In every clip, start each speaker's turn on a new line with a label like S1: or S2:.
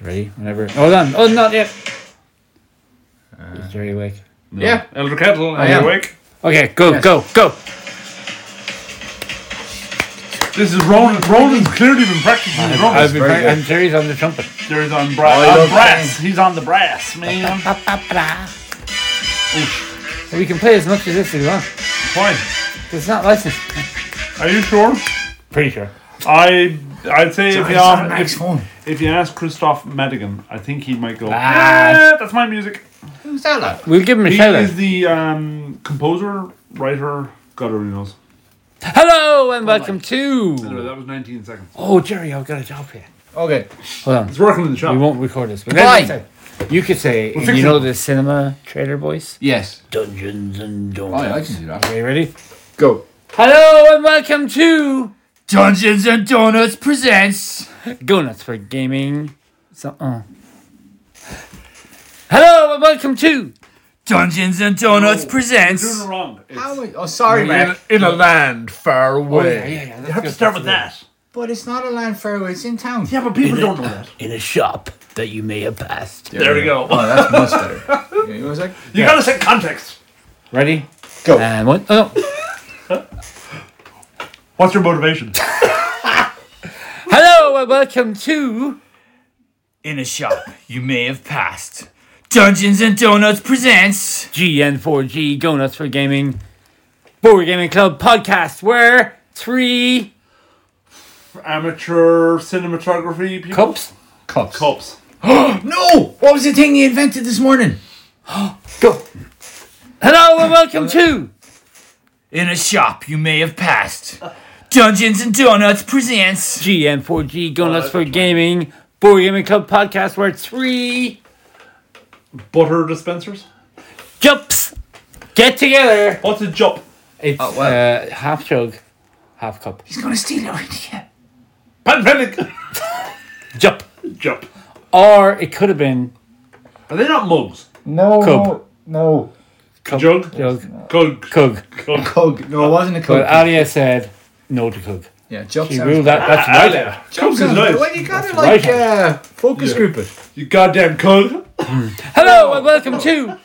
S1: Ready? Whenever. Hold on. Oh, not yet. Is Jerry awake?
S2: Yeah.
S3: Elder Kettle, are
S2: I
S3: you
S2: am.
S3: awake?
S1: Okay, go, go, go.
S3: This is Ronan. Ronan's clearly been practicing the drums.
S1: I've been
S2: very
S1: prac-
S2: good.
S1: and Jerry's on the trumpet.
S3: Jerry's on,
S2: Oh,
S3: bra-
S2: I
S3: on
S2: love
S3: brass. He's on the brass, man.
S1: We can play as much as this as we want.
S3: Fine.
S1: It's not licensed.
S3: Are you sure?
S1: Pretty sure.
S3: I I'd say if you,
S2: It's not a
S3: ask,
S2: nice
S3: if,
S2: phone.
S3: if you ask Christoph Madigan, I think he might go.
S1: Ah.
S3: "Yeah, that's my music.
S2: Who's that lad?
S1: We'll give him a
S3: He
S1: shout
S3: is
S1: out.
S3: the um, composer, writer. God only knows.
S1: Hello and welcome
S3: Anyway,
S1: to.
S3: that was 19 seconds.
S1: Oh, Jerry, I've got a job here.
S2: Okay.
S1: Hold on.
S3: It's working in the shop.
S1: We won't record this. But
S2: Why?
S1: that's okay. You could say, and you
S3: fixing
S1: know
S3: it.
S1: the cinema trailer voice?
S2: Yes.
S1: Dungeons and
S2: Oh, yeah, I
S1: Donuts.
S2: can do that.
S1: Are you ready?
S2: Go.
S1: Hello and welcome to
S2: Dungeons and Donuts presents.
S1: Donuts for Gaming. So, uh. Hello and welcome to.
S4: Dungeons and Donuts
S3: You're doing
S4: presents
S3: it wrong. It's,
S2: How? we- Oh, sorry,
S4: in,
S2: man.
S4: in a land far away.
S1: Oh, yeah.
S3: you have to start with that.
S2: But it's not a land fair. It's in town.
S3: Yeah, but people don't know that.
S1: In a shop that you may have passed.
S3: There we go.
S2: Oh, that's much better. Yeah, you want a sec?
S3: You gotta set context.
S1: Ready?
S2: Go.
S1: And one. Oh.
S3: What's your motivation?
S1: Hello and welcome to.
S4: In a shop you may have passed. Dungeons and Donuts presents
S1: GN4G Donuts for Gaming Board Gaming Club podcast where three
S3: Amateur cinematography people.
S1: cups
S2: Cups.
S3: Cups.
S2: No! What was the thing you invented this morning?
S1: go. Hello and welcome to
S4: In a shop you may have passed. Dungeons and Donuts presents
S1: GN4G Donuts for Gaming Board Gaming Club podcast where three
S3: Butter dispensers.
S1: cups get together.
S3: What's a jop?
S1: It's
S2: Oh, wow.
S1: uh, half chug, half cup.
S2: He's gonna steal your idea.
S3: Pandemic.
S1: Jump.
S3: jop.
S1: Or it could have been
S3: Are they not mugs?
S2: No.
S1: Cub.
S2: No.
S1: cup,
S3: Jug?
S1: jug,
S3: Cug.
S1: cug.
S2: Cog. Oh, No, it wasn't a cog.
S1: But Alia said no to cug.
S2: yeah, jump
S1: She
S2: sounds-
S1: ruled that. That's
S3: Ah,
S1: right.
S3: yeah. Cug
S2: Jump
S3: is
S2: sounds better.
S3: nice.
S2: Well, you gotta like
S1: right.
S2: uh, focus group it.
S3: You goddamn cug.
S1: Hello and welcome to.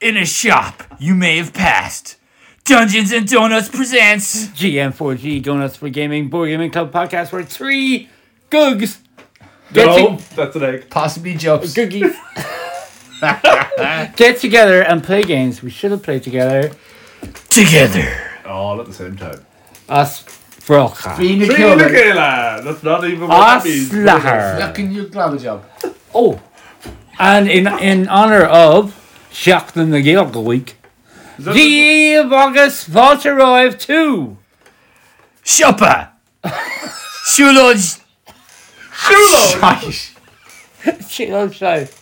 S4: In a shop you may have passed. Dungeons and Donuts presents
S1: GM4G Donuts for Gaming Board Gaming Club podcast where three googs get,
S3: No,
S1: to-
S3: that's an egg.
S2: Possibly jumps.
S1: googies get together and play games we should have played together.
S4: Together.
S3: All Oh, at the same time.
S1: Us Frocha.
S2: Being a
S3: Three
S2: killer.
S3: Michaela. That's not even what that means.
S1: Aslahar.
S2: Fucking you grab a job.
S1: Oh. And in in honor of Jacques the Gaelic,
S3: Is that
S1: the
S3: the-
S1: August Volteroy 2.
S4: Shopper. Shulodge.
S3: Chulo.
S2: Gosh.
S1: She loves life.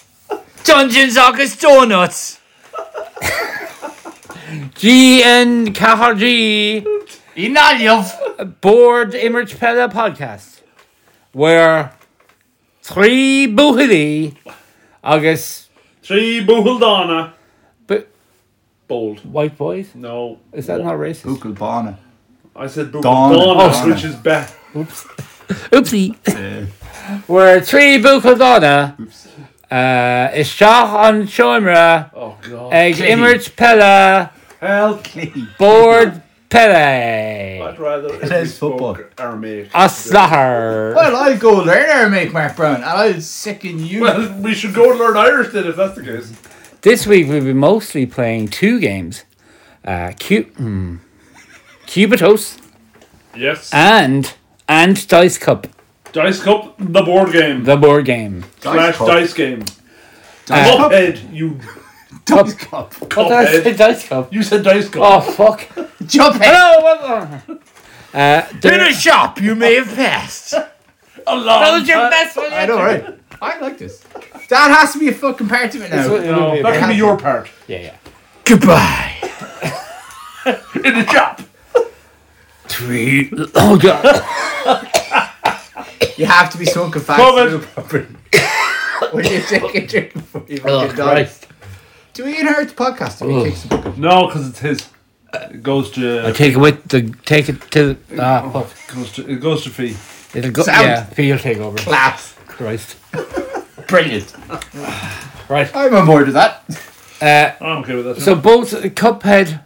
S4: Dungeons August Donuts.
S1: GN Kaharji.
S4: Inalyov.
S1: board image Pella podcast where three buhili August
S3: Three Buhaldana.
S1: but
S3: Bold.
S1: white boys
S3: No.
S1: is that not racist?
S2: Google Barna.
S3: I said
S2: Donna.
S3: Buhaldana,
S2: Oh.
S3: which is bad.
S1: Oops. Oopsie.
S2: Uh,
S1: Where three buhildana uh Ishah on Shoimra
S3: Oh, God.
S1: Egg
S2: Clean.
S1: image Pella
S3: Help.
S1: board Pele
S3: I'd rather if
S2: Plays
S3: we spoke
S2: football.
S3: Aramaic.
S1: Aslahar
S2: Well, I'll go there, make Mark Brown, and I'll second you.
S3: Well, we should go learn Irish then if that's the case.
S1: This week we'll be mostly playing two games. Uh Cu- hmm. Cubitos
S3: Yes.
S1: and and Dice Cup,
S3: Dice Cup, the board game.
S1: the board game.
S3: Slash
S2: Cup.
S3: dice game.
S1: Dice
S2: Cup.
S3: Cuphead, you
S2: Dice Cup.
S1: What did I say?
S3: cuphead.
S1: Dice Cup.
S3: You said dice cup.
S1: Oh fuck!
S2: Jump head.
S1: Hello. welcome. Uh,
S4: In a
S1: the,
S4: shop you may have passed.
S1: Oh.
S3: a lot.
S1: that was your best one.
S2: I know, right? I like this. That has to be a fucking part of it now.
S3: No, that
S2: bad
S3: can be
S2: one.
S3: your part.
S1: Yeah, yeah.
S4: Goodbye.
S3: In the shop.
S1: Three. Oh god.
S2: You have to be smoking fast.
S3: Covid.
S2: When you take a drink before you
S1: Oh
S2: fucking die.
S1: Christ.
S2: Do we inherit the podcast? Or
S1: Ugh.
S2: we take some
S3: No, because it's his. It goes
S1: I
S3: to
S1: take it with the take it to ah fuck.
S3: goes to it goes to fee.
S1: It'll go.
S2: Sound.
S1: Yeah, feel take over.
S2: claps.
S1: Christ.
S4: Brilliant.
S1: Right.
S2: I'm on board with that.
S1: Uh,
S3: I'm okay with that.
S1: so both Cuphead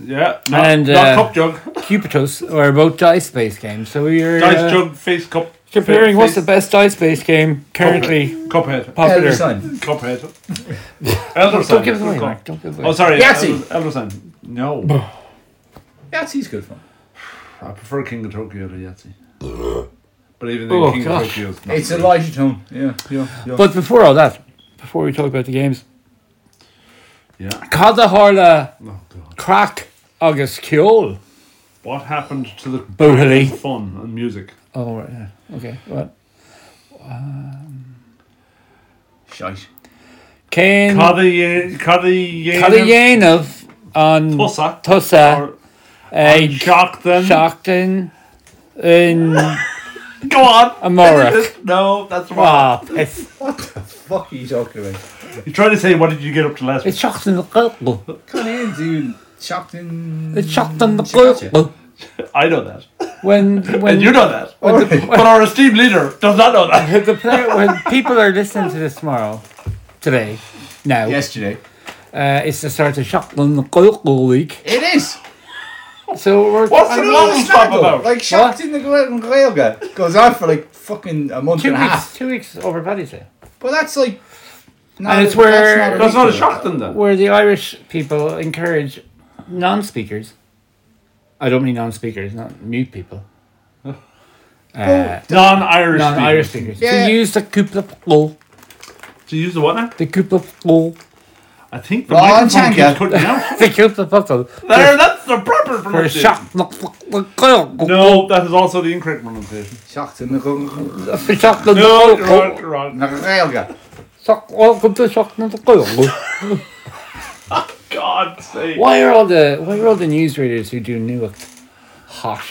S3: yeah, not,
S1: and,
S3: not
S1: uh,
S3: cup jug,
S1: Cubitos are both dice based games. So you're
S3: dice
S1: uh,
S3: jug, face cup.
S1: comparing
S3: fa-
S1: what's the
S3: face-
S1: best dice based game currently
S3: Cuphead.
S1: popular.
S2: Elder Sign.
S3: Cuphead. Elder Sign.
S1: Don't give it away,
S3: Good call.
S1: Mark. Don't give it away.
S3: Oh, sorry.
S2: Yahtzee.
S3: Elder- Elder Sign. No.
S2: That's he's good fun.
S3: I prefer King of Tokyo to Yahtzee. But even
S1: Oh,
S3: though King
S1: gosh.
S3: of Tokyo is not
S2: It's a
S3: good.
S2: lighter tone. Yeah, yeah, yeah.
S1: But before all that, before we talk about the games,
S3: Yeah.
S1: Cadahorla
S3: Oh, God.
S1: Crack August Kiol.
S3: What happened to the
S1: Bohily.
S3: fun and music?
S1: Oh, right. yeah. Okay. What?
S2: Shite.
S1: Kane
S3: Caddy, Caddy,
S1: Kadayanov on
S3: Tossa.
S1: Tussa.
S3: Or-
S1: Uh,
S3: Shock them.
S1: Shockton. In
S3: Go on.
S1: Amora.
S3: Finish it. No, that's wrong.
S1: Ah, piss.
S2: What the fuck are you talking about?
S3: You try to say what did you get up to last week?
S1: It's Shockton the Gurgle.
S2: Come in, dude. Shocked in.
S1: It's Shockton the
S2: Gotcha.
S1: Gurgle.
S3: I know that.
S1: When, when,
S3: And you know that. But our esteemed leader does not know that.
S1: the player, when people are listening to this tomorrow, today, now,
S2: Yesterday.
S1: uh, it's the start of Shockton the Gurgle week.
S2: It is.
S1: So we're
S3: What's the
S2: What
S3: long
S2: is
S3: stop
S2: that, though?
S3: about?
S2: Like shocked in the Gaelga goes on for like fucking a month
S1: two
S2: and a
S1: weeks,
S2: half.
S1: two weeks over Paddy's Day.
S2: But that's like. not
S1: And
S2: a-
S1: it's where-
S3: That's
S2: week
S3: not a
S2: though.
S3: shock then. then.
S1: where the Irish people encourage non speakers. I don't mean non speakers, not mute people. Uh,
S3: Non-Irish.
S1: non Irish
S3: speakers.
S1: speakers.
S2: Yeah.
S1: To use the couple of flow.
S3: To use the what now?
S1: The couple of flow.
S3: I think the
S2: Ron
S3: microphone
S2: Changa.
S3: keeps cutting out.
S1: The couple of flow.
S3: there, that's the proper
S1: For
S3: pronunciation.
S1: shock. No.
S2: Oh,
S3: No, that is also the incorrect pronunciation.
S2: Shocked in the Gael-
S1: For shock.
S2: Oh.
S3: No, you're wrong, you're wrong.
S2: Gaelga.
S1: Shock. Welcome to shock. not the Gael.
S3: God sake.
S1: Why are all the Why are all the newsreaders who do Newark hot?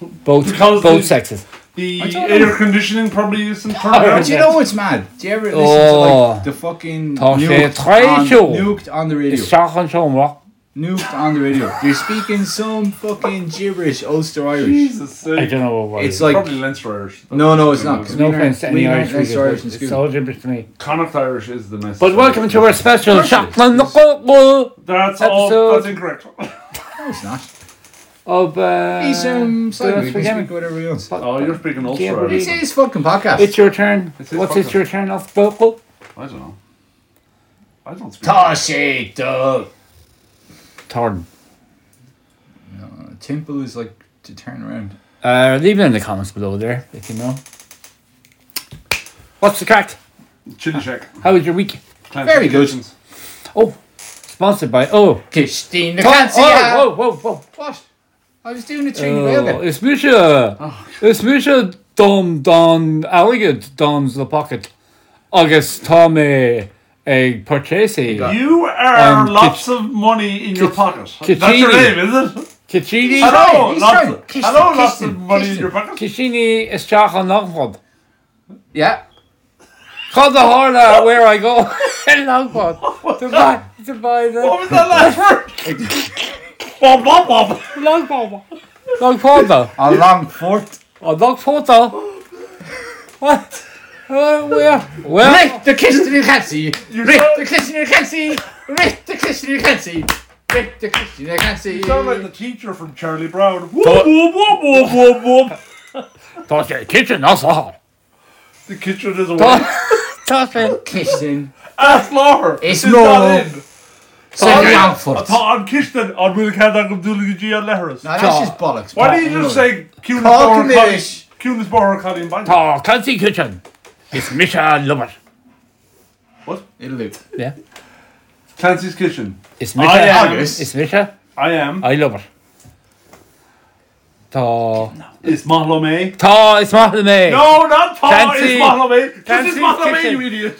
S1: Both
S3: Because
S1: both
S3: the-
S1: sexes.
S3: The
S2: I don't know.
S3: air conditioning probably used some
S2: But
S3: turnaround.
S2: you know what's mad? Do you ever listen to
S1: Oh.
S2: like the fucking
S1: Talk shit.
S2: nuked
S1: Try
S2: on,
S1: show.
S2: nuked on the radio?
S1: Shock and show rock.
S2: Nuked on the radio. You're speaking some fucking gibberish Ulster Irish.
S3: Jesus
S1: I
S3: sake.
S1: don't know what.
S2: It's like
S3: Probably Leinster Irish.
S2: no, no, it's not. 'cause
S1: No
S2: we learned-
S1: offense to
S2: we
S1: any
S2: learned
S1: Irish
S2: Irish
S1: speakers.
S2: in
S1: It's
S2: school.
S1: all gibberish to me.
S3: Connacht Irish is the nice.
S1: But welcome to our special Shotland Local
S3: That's all.
S1: episode.
S3: That's incorrect.
S2: No, it's not.
S1: of uh,
S2: He's um,
S1: Who else
S2: Simon.
S1: we
S2: We can
S1: getting?
S2: speak whatever he wants.
S3: Oh, you're speaking Ulster
S1: Yeah, but
S3: Irish.
S2: It's his fucking podcast.
S1: It's your turn.
S3: It's his
S1: What's it's
S3: podcast.
S1: your turn off vocal?
S3: I don't know. I don't speak.
S2: Toshi Dog.
S1: Turn.
S2: Uh, Temple is like to turn around.
S1: Uh, leave it in the comments below there if you know. What's the crack?
S3: Chili check.
S1: How was your week?
S2: Very good.
S1: Oh, sponsored by oh.
S2: Christina
S1: oh,
S2: Cancia.
S1: whoa, whoa, whoa.
S2: What? I was doing a Trini
S1: Oh,
S2: Railgun.
S1: it's Misha.
S3: Oh.
S1: It's Misha Dom Don Elegant Don's the pocket. August Tommy a purchasey.
S3: You are
S1: Um,
S3: lots of money in your
S1: Kitch-
S3: pocket.
S1: Kitchini.
S3: That's your name, is it?
S1: Kachidi.
S3: Hello,
S2: he's
S3: lots
S2: trying.
S3: of,
S2: Kitchen,
S3: hello, lots
S2: kitchen,
S3: of money in
S2: kitchen.
S3: your pocket.
S1: Kishini is Chachan Longford.
S2: Yeah.
S1: Call the horn out where I go in Longford. To buy, to buy
S3: What
S1: the
S3: was that last word? Bob, bob, bob.
S1: Longford. Longford though.
S2: A long fourth.
S1: Oh, Longford though. What? Uh, where? Well,
S2: Right, the Christina Cancia.
S3: You
S2: Right, the
S3: sound-
S2: Christina Cancia. Right, the Christina Cancia. Right, the Christina
S3: you sound like
S2: Cancia.
S3: the teacher from Charlie Brown. Whoop, whoop, whoop, whoop, whoop, whoop.
S1: toss your kitchen, that's all.
S3: The kitchen is away.
S1: Toss it.
S2: Christina.
S3: Ask Lauer.
S2: It's
S3: She's not
S2: more-
S3: in.
S2: Second
S3: yeah.
S2: round fourth. No,
S3: Tá an Kirsten an bhfuil cadach go dúla G an leharras.
S2: that's just bollocks.
S3: Why do
S2: Pat.
S3: you just
S2: Anyway.
S3: say Cunas
S2: Call
S3: Bor
S2: committee.
S3: Cunas Bor Colin Bang?
S1: Oh, Clancy Kitchen. It's Misha Lovett.
S3: What?
S2: It'll do.
S1: Yeah.
S3: Clancy's Kitchen.
S1: It's
S3: I
S1: Misha.
S3: am.
S2: August.
S1: It's Misha.
S3: I am.
S2: Uh,
S1: I love it. Ta.
S3: It's Mahlomé.
S1: Ta, it's Mahla May.
S3: No, not Paul.
S1: Clancy.
S3: It's Mahlomé. This
S1: Clancy's
S3: is Mahlomé,
S1: Kitchen.
S3: you idiot.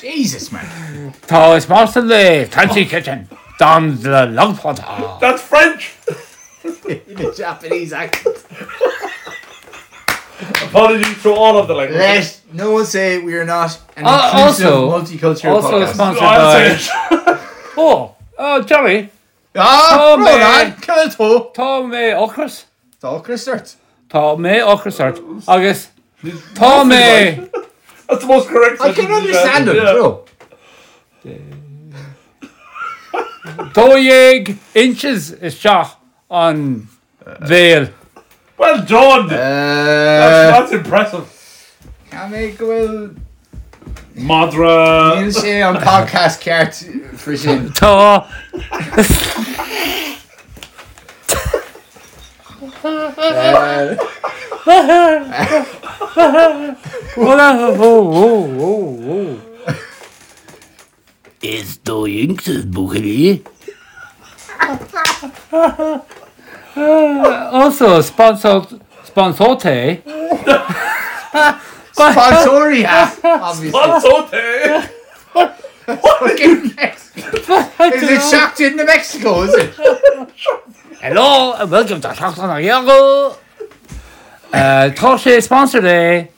S2: Jesus, man.
S1: Ta, it's Mahla May. Clancy Kitchen. Don the Longford.
S3: That's French.
S2: In a Japanese accent.
S3: Apologies to all of the languages.
S2: Let no one say we are not an
S1: Uh,
S2: inclusive
S1: also-
S2: multicultural
S1: also
S2: podcast.
S1: sponsored
S3: I'll
S1: by.
S3: say it.
S1: Oh, oh, Johnny,
S2: ah,
S1: Oh,
S2: bro,
S1: man.
S2: lad, kill it all.
S1: Tá mé ochras?
S2: It's all Chris Sturt.
S1: Tá mé ochras art. Agus
S3: Please-
S1: Tá mé
S3: That's the most correct.
S2: I can understand him. True.
S1: Toyeg inches is shot on Vale.
S3: Well done.
S2: Uh,
S3: that's, that's impressive.
S2: I make well.
S3: Madra.
S2: You say on podcast cart for sin.
S1: Ta.
S2: Uh,
S1: Whoa, whoa, whoa, whoa, whoa.
S5: Is du jüngstes Bucheli?
S1: Also sponsored sponsorte
S2: Sponsoria, obviously.
S3: That's okay.
S2: Is it shocked in New Mexico? Is it?
S1: Hello and welcome to Shots on Yango. Uh Toshe sponsored a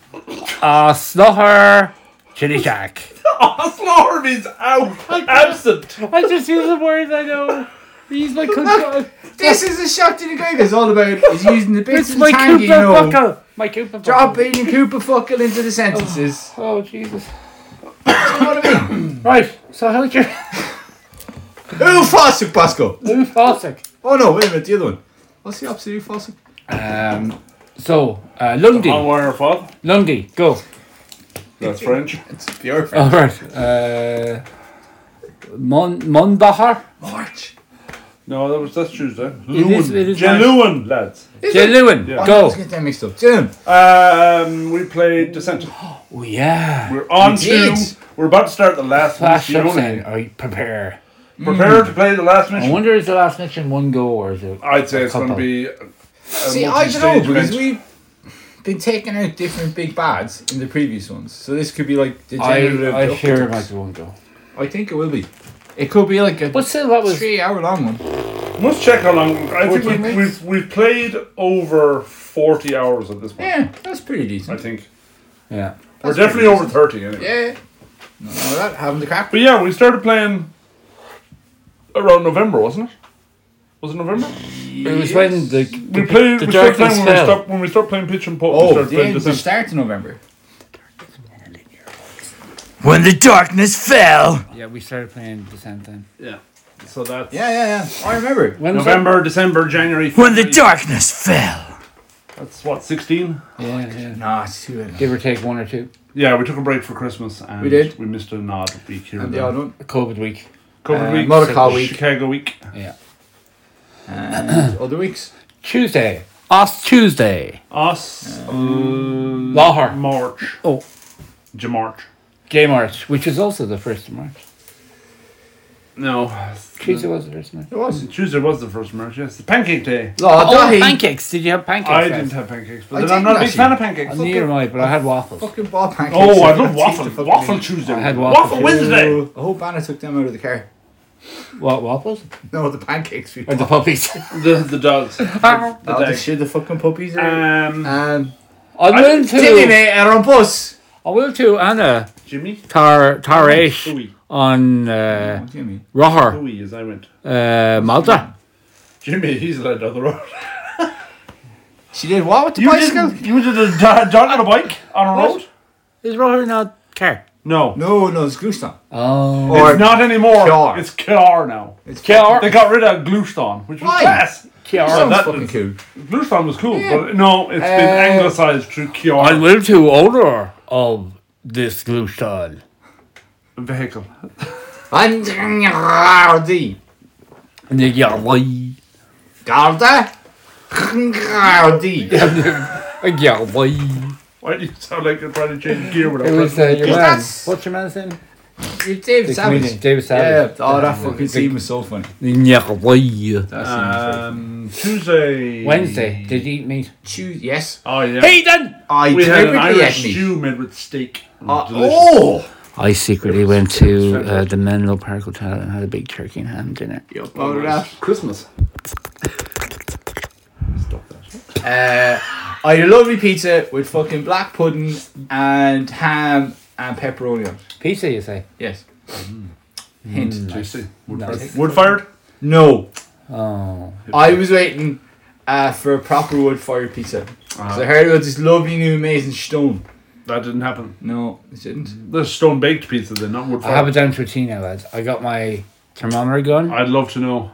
S1: uh Snoher Chili Shack.
S3: Slaughter means out. Absent.
S1: I just use the words I know. He's my Koopa.
S2: This is a shot to the guy that's all about is using the bits
S1: It's
S2: of the
S1: my
S2: tang you know.
S1: Koopa buckle. My Koopa
S2: Drop
S1: buckle.
S2: Aiden Cooper fuckle into the sentences.
S1: Oh Jesus. Oh.
S2: you know what I mean?
S1: Right, so how's your
S2: Ooh, Fossick, Bosco.
S1: new faucet?
S2: Oh no, wait a minute, the other one. What's the opposite of Fossick?
S1: Um so uh Lundy.
S3: On wire father.
S1: Lundy, go.
S3: That's French.
S2: It's pure
S1: All right. Uh, Mon Mondahar.
S2: March.
S3: No, that was that's Tuesday.
S1: is- it is my-
S3: Jaluan, lads.
S1: Jay Lewin,
S3: Yeah.
S1: go.
S2: Let's get that mixed up. Jim,
S3: Um, we played Descent.
S1: Oh yeah.
S3: We're on
S2: did.
S3: to. We're about to start the last
S1: Flash
S3: mission.
S1: up
S3: only.
S1: saying, "Are you prepare?"
S3: Prepare to play the last
S1: I
S3: mission.
S1: wonder is the last mission one go or is it?
S3: I'd say it's going to
S1: Couple.
S3: be.
S2: See, I don't know because we've been taking out different big bads in the previous ones, so this could be like the
S1: I
S2: generative.
S1: I sure it might
S2: octopus.
S1: be one go.
S2: I think it will be. It could be like a
S1: But still, that was
S2: three-hour long one.
S3: Must check how long. I think
S1: 14 weeks?
S3: we've, we've we've played over forty hours at this point.
S2: Yeah, that's pretty
S3: I
S2: decent.
S3: think
S1: yeah.
S3: we're
S2: That's
S3: definitely
S2: pretty
S3: over thirty anyway.
S2: Yeah. No, no, that having the crap.
S3: But yeah, we started playing around November, wasn't it? Was it November?
S1: It was when the
S3: We played.
S1: the
S3: we
S1: darkness
S3: started playing when we
S1: fell.
S3: stopped when we stopped playing pitch and putt. we
S2: Oh,
S3: started
S2: the
S3: playing
S2: end the
S3: Descent.
S2: start of November.
S4: When the darkness fell.
S1: yeah we started playing the same time.
S3: Yeah. So that's
S2: Yeah, yeah, yeah. I remember.
S1: When was
S3: November, December, January.
S4: When the
S3: February.
S4: darkness fell.
S3: That's what sixteen.
S1: it? Yeah, yeah.
S2: Nah, it's too early.
S1: Give or take one or two.
S3: Yeah, we took a break for Christmas and
S2: We did.
S3: We missed an odd week here
S2: And
S3: and
S2: the
S3: there.
S2: odd one.
S1: COVID week.
S3: COVID
S2: Uh,
S3: week,
S2: motor car week.
S3: Chicago week.
S1: Yeah.
S2: And other weeks.
S1: Tuesday. Us Tuesday.
S3: Us.
S2: Mm.
S3: Uh,
S1: Lahar.
S3: March.
S1: Oh,
S3: Jamarch.
S1: J March, which is also the first of March.
S3: No.
S1: Tuesday was the first of March.
S2: It was.
S3: Tuesday was the first March, yes. The pancake day.
S2: Oh,
S1: Oh,
S2: Dahi.
S1: pancakes! Did you have pancakes?
S3: I
S1: guys?
S3: didn't have pancakes,
S2: I
S3: but then I'm not a big
S2: didn't
S3: fan of pancakes.
S1: I'm near right, but I had waffles.
S2: Fucking ball pancakes.
S3: Oh, I love
S2: That's
S3: waffle.
S2: the fucking
S3: Waffle
S2: thing.
S3: Tuesday.
S1: I had waffle
S3: waffle
S1: Tuesday.
S3: Wednesday.
S2: I hope Anna took them out of the car.
S1: What waffles?
S2: No, the pancakes. We
S1: Or the
S2: bought.
S1: puppies?
S3: The, the dogs.
S1: I'm
S2: Oh, the
S3: day.
S2: shit, the fucking puppies. Are...
S3: Um,
S2: Um,
S1: willing
S2: Timmy,
S1: to.
S2: mate, are on bus.
S1: I will to Anna
S3: Jimmy.
S1: Tar Tarish
S3: Louis.
S1: on uh,
S2: What do you mean?
S1: Roher
S3: Louis, as I went.
S1: uh, Malta.
S3: Jimmy, he's led down the road.
S2: She did what with the
S3: You
S2: bicycle?
S3: did, you did a do- dog on a bike on a road?
S1: Is Roher not car?
S3: No.
S2: No, no, it's Guston.
S1: Oh,
S2: Or
S3: It's not anymore.
S2: Car.
S3: It's car now.
S2: It's
S3: They
S1: Kiar
S3: got rid of Gluston, which was
S2: Why?
S3: class.
S1: Kiar.
S2: Sounds
S3: that-
S2: fucking cool.
S3: Gluston was cool,
S2: Yeah.
S3: but no, it's been
S1: Uh,
S3: anglicised through
S1: I
S3: Kiar.
S1: will to owner of this glushon.
S3: Vehicle.
S2: And Gardi.
S1: The Yarlai.
S2: Garda? Gardi.
S1: Yarlai.
S3: Why do you sound like you're trying to change gear without
S1: It was uh,
S3: pressing
S1: your
S2: Is
S1: man.
S2: that's-
S1: What's your man's name?
S2: You're David
S1: The comedian,
S2: Savage.
S1: David
S2: Yeah,
S1: Savage.
S2: oh, that fucking scene was so funny.
S1: Yarlai.
S2: That scene was so funny.
S3: Um, Tuesday.
S1: Wednesday. Did you eat meat?
S2: Choose, yes.
S3: Oh yeah.
S1: Hayden!
S2: I
S3: we had an
S2: deliberately
S3: Irish
S2: ate meat.
S3: stew made with steak. It
S2: Uh,
S3: was delicious.
S2: oh!
S1: I secretly went to
S3: uh,
S1: the Menlo Park Hotel and had a big turkey and ham dinner.
S2: Look at
S3: Christmas.
S2: that. Uh, I had a lovely pizza with fucking black pudding and ham and pepperoni on it.
S1: Pizza, you say?
S2: Yes.
S1: Mm.
S2: Hint.
S3: Tasty. Wood
S1: Nice.
S3: fired. Wood fired. Uh,
S2: No.
S1: Oh.
S2: I was waiting uh, for a proper wood fired pizza. Because I heard about this lovely new amazing stone.
S3: That didn't happen.
S2: No, it
S1: Mm.
S2: didn't.
S3: There's stone baked pizza then, not wood
S1: I have
S3: fired.
S1: it down to a T now, lads. I got my thermometer gun.
S3: I'd love to know.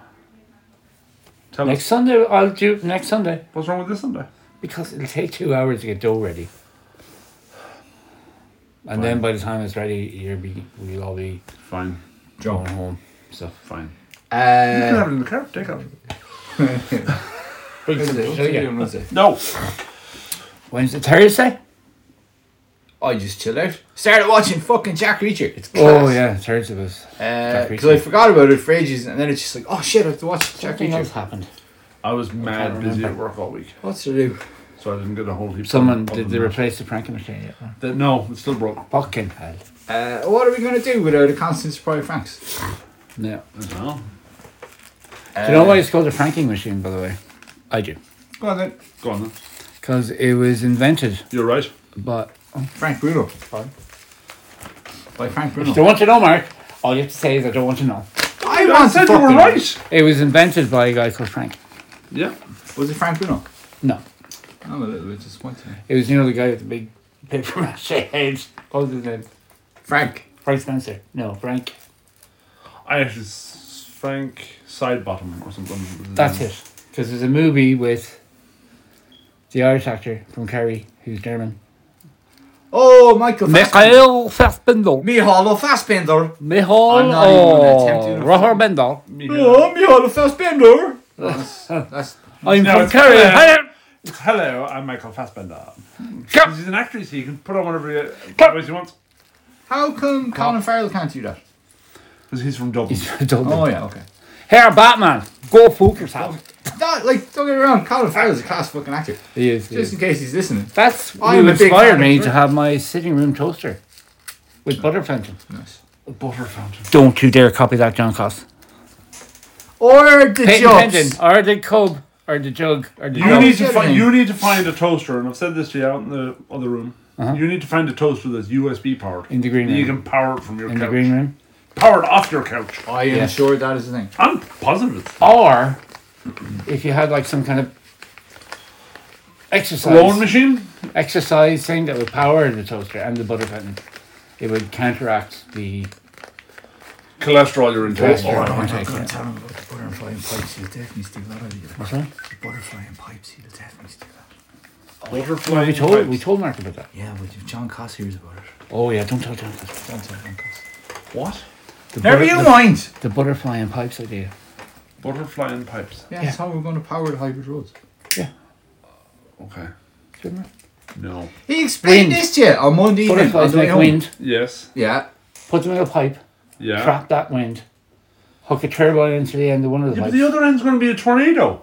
S3: Tell
S1: Next
S3: us
S1: Sunday, I'll do next Sunday
S3: what's wrong with this Sunday.
S1: because it'll take two hours to get dough ready. And then by the time it's ready, you'll be we'll all be
S3: Fine,
S1: going home. So
S3: fine. You can
S2: Uh,
S3: have it in the car. Take it.
S2: Wednesday, what did you do on Wednesday?
S3: No.
S1: Wednesday, Thursday.
S2: I just chilled out. Started watching fucking Jack Reacher. It's
S1: Oh
S2: class.
S1: yeah, Thursday was. Jack
S2: Because
S1: Reacher.
S2: Uh, I forgot about it for ages, and then it's just like, oh shit, I have to watch Jack
S1: Something else
S2: Reacher.
S1: happened.
S3: I was mad
S1: can't
S3: busy at
S1: remember.
S3: work all week,
S2: What's to do?
S3: so I didn't get a whole heap.
S1: Someone
S3: of- of
S1: did they
S3: them.
S1: replace the pranking machine yet?
S3: That- no, it's still broke.
S1: Fucking hell.
S2: Uh, what are we going to do without a constant supply of Franks?
S1: No.
S3: No.
S1: Do you know why it's called a franking machine, by the way? Uh, I do.
S2: Go on then.
S3: Go on then.
S1: Because it was invented,
S3: You're right.
S1: but
S2: Frank Bruno. By Frank Bruno.
S1: don't want to know, Mark. All you have to say is I don't want to know.
S2: I
S3: I
S2: want
S3: said you were
S2: fucking-
S3: right.
S1: It was invented by a guy called Frank.
S3: Yeah.
S2: Was it Frank Bruno?
S1: No,
S2: I'm a little bit disappointed.
S1: it was you know the guy with the big paper mache head. What was his name?
S2: Frank.
S1: Frank Spencer. No, Frank.
S3: I actually s- Frank Sidebottom or something.
S1: That's it. Because there's a movie with the Irish actor from Kerry who's German.
S2: Oh, Michael. Fassbender.
S1: Fassbender.
S2: Mihalo Fassbender. I'm
S1: Michael
S2: not even gonna attempt to do the
S1: Roger Bender.
S3: Hello.
S2: Mihalo Fassbender. That's, that's
S1: I'm
S3: No,
S1: from
S3: it's
S1: Kerry.
S3: Claire. Hello, I'm Michael Fassbender. He's an actor, so you can put on whatever uh, voice you want.
S2: how come Colin Farrell can't do that?
S3: Because he's from Dublin.
S2: Oh yeah, okay.
S1: Here, Batman. Go fuck yourself.
S2: Not, like don't get me wrong, Colin Farrell's a class fucking actor.
S1: He is. he
S2: Just
S1: is.
S2: in case he's listening.
S1: That's
S2: I
S1: who
S2: am a big fan
S1: inspired
S2: of
S1: me
S2: her.
S1: to have my sitting room toaster with butter fountain.
S2: Nice.
S3: Butter fountain.
S1: Don't you dare copy that, John Cost.
S2: Or the
S1: Peyton Pendon,
S2: jobs.
S1: or the cub, or the jug, or the
S3: You
S1: dog.
S3: need to
S2: kidding.
S3: find. You need to find a toaster, and I've said this to you out in the other room. You need to find a toaster that's USB powered.
S1: Uh-huh. In the green
S3: You
S1: room.
S3: can power it from your
S1: in the
S3: couch.
S1: green room.
S3: Powered off your couch.
S2: I am
S1: Yeah.
S2: sure that is the thing.
S3: I'm positive.
S1: Or if you had like some kind of exercise
S3: Blowing machine.
S1: exercise thing that would power the toaster and the butter fountain, it would counteract the
S3: Cholesterol you're into.
S1: Cholesterol.
S3: Oh,
S1: I
S2: I'm
S1: don't
S2: not
S1: take
S2: gonna
S1: it.
S2: tell him about the butterfly and pipes. He'll definitely steal that out of you.
S1: that?
S2: The butterfly and pipes. He'll definitely steal that.
S3: Butterfly.
S1: well, we told we
S3: pipes.
S1: told Mark about that.
S2: Yeah, but if John Coss hears about it,
S1: Oh yeah, don't tell John Cost.
S2: don't tell John Coss.
S3: What?
S1: The,
S2: Never
S1: butter-
S2: you
S1: the-
S2: mind.
S1: the butterfly and pipes idea.
S3: Butterfly and pipes.
S2: Yeah, that's how we're going to power the hybrid roads.
S3: Okay.
S1: Remember?
S3: No.
S2: He explained
S1: Wind.
S2: this to you on Monday evening. on
S1: Butterflies
S2: the way
S1: make
S2: home.
S1: wind.
S3: Yes.
S2: Yeah.
S1: Put them in a pipe.
S3: Yeah.
S1: trap that wind, hook a turbine into the end of one of the
S3: Yeah, but
S1: pipes.
S3: the other end's going to be a tornado.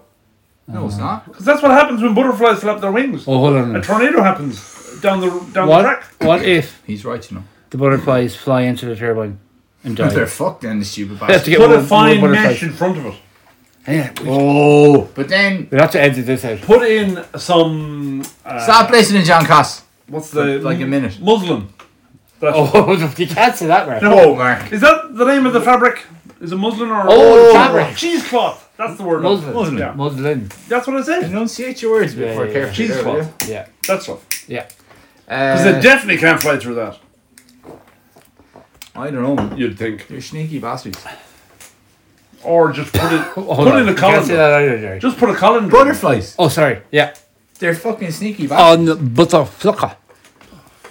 S2: No,
S1: Uh-huh.
S2: it's not.
S3: Because that's what happens when butterflies flap their wings.
S1: oh, hold on. a
S3: A
S1: minute.
S3: tornado happens down the down the
S1: What,
S3: track.
S1: what if
S2: He's right, you know.
S1: the butterflies fly into the turbine and
S2: They're
S1: die?
S2: fucked then, the stupid
S1: We have to
S2: bastard.
S1: get
S3: Put
S1: more,
S3: a fine
S1: more
S3: mesh
S1: butterflies.
S3: in front of it.
S1: Yeah, we-
S2: Oh. But then,
S1: we have to edit this out.
S3: Put in some. Uh,
S2: stop listening, John Coss.
S3: What's the
S2: Like a minute.
S3: Muslim. That's,
S1: Oh, you can't say that, right?
S3: No.
S2: Mark.
S3: Is that the name of the fabric? Is it muslin or
S1: Oh, fabric.
S3: cheesecloth? That's the word.
S1: Muslin.
S3: Muslin.
S1: Muslin.
S3: Yeah. That's what I said.
S2: Enunciate your words
S1: Yeah,
S2: before
S1: yeah,
S2: carefully.
S3: yeah.
S2: there, will
S3: Cheesecloth.
S1: Yeah,
S3: That's stuff.
S1: yeah.
S2: you?
S3: Because
S2: Uh,
S3: they definitely can't fly through that.
S2: I don't know.
S3: You'd think,
S2: You're sneaky bastards.
S3: or just put it
S1: Oh,
S3: put it in a
S1: You can't say
S3: colander.
S1: that either, Jerry.
S3: Just put a colander.
S2: Butterflies.
S1: Oh, sorry. Yeah.
S2: They're fucking sneaky bastards.
S1: On butterflucker.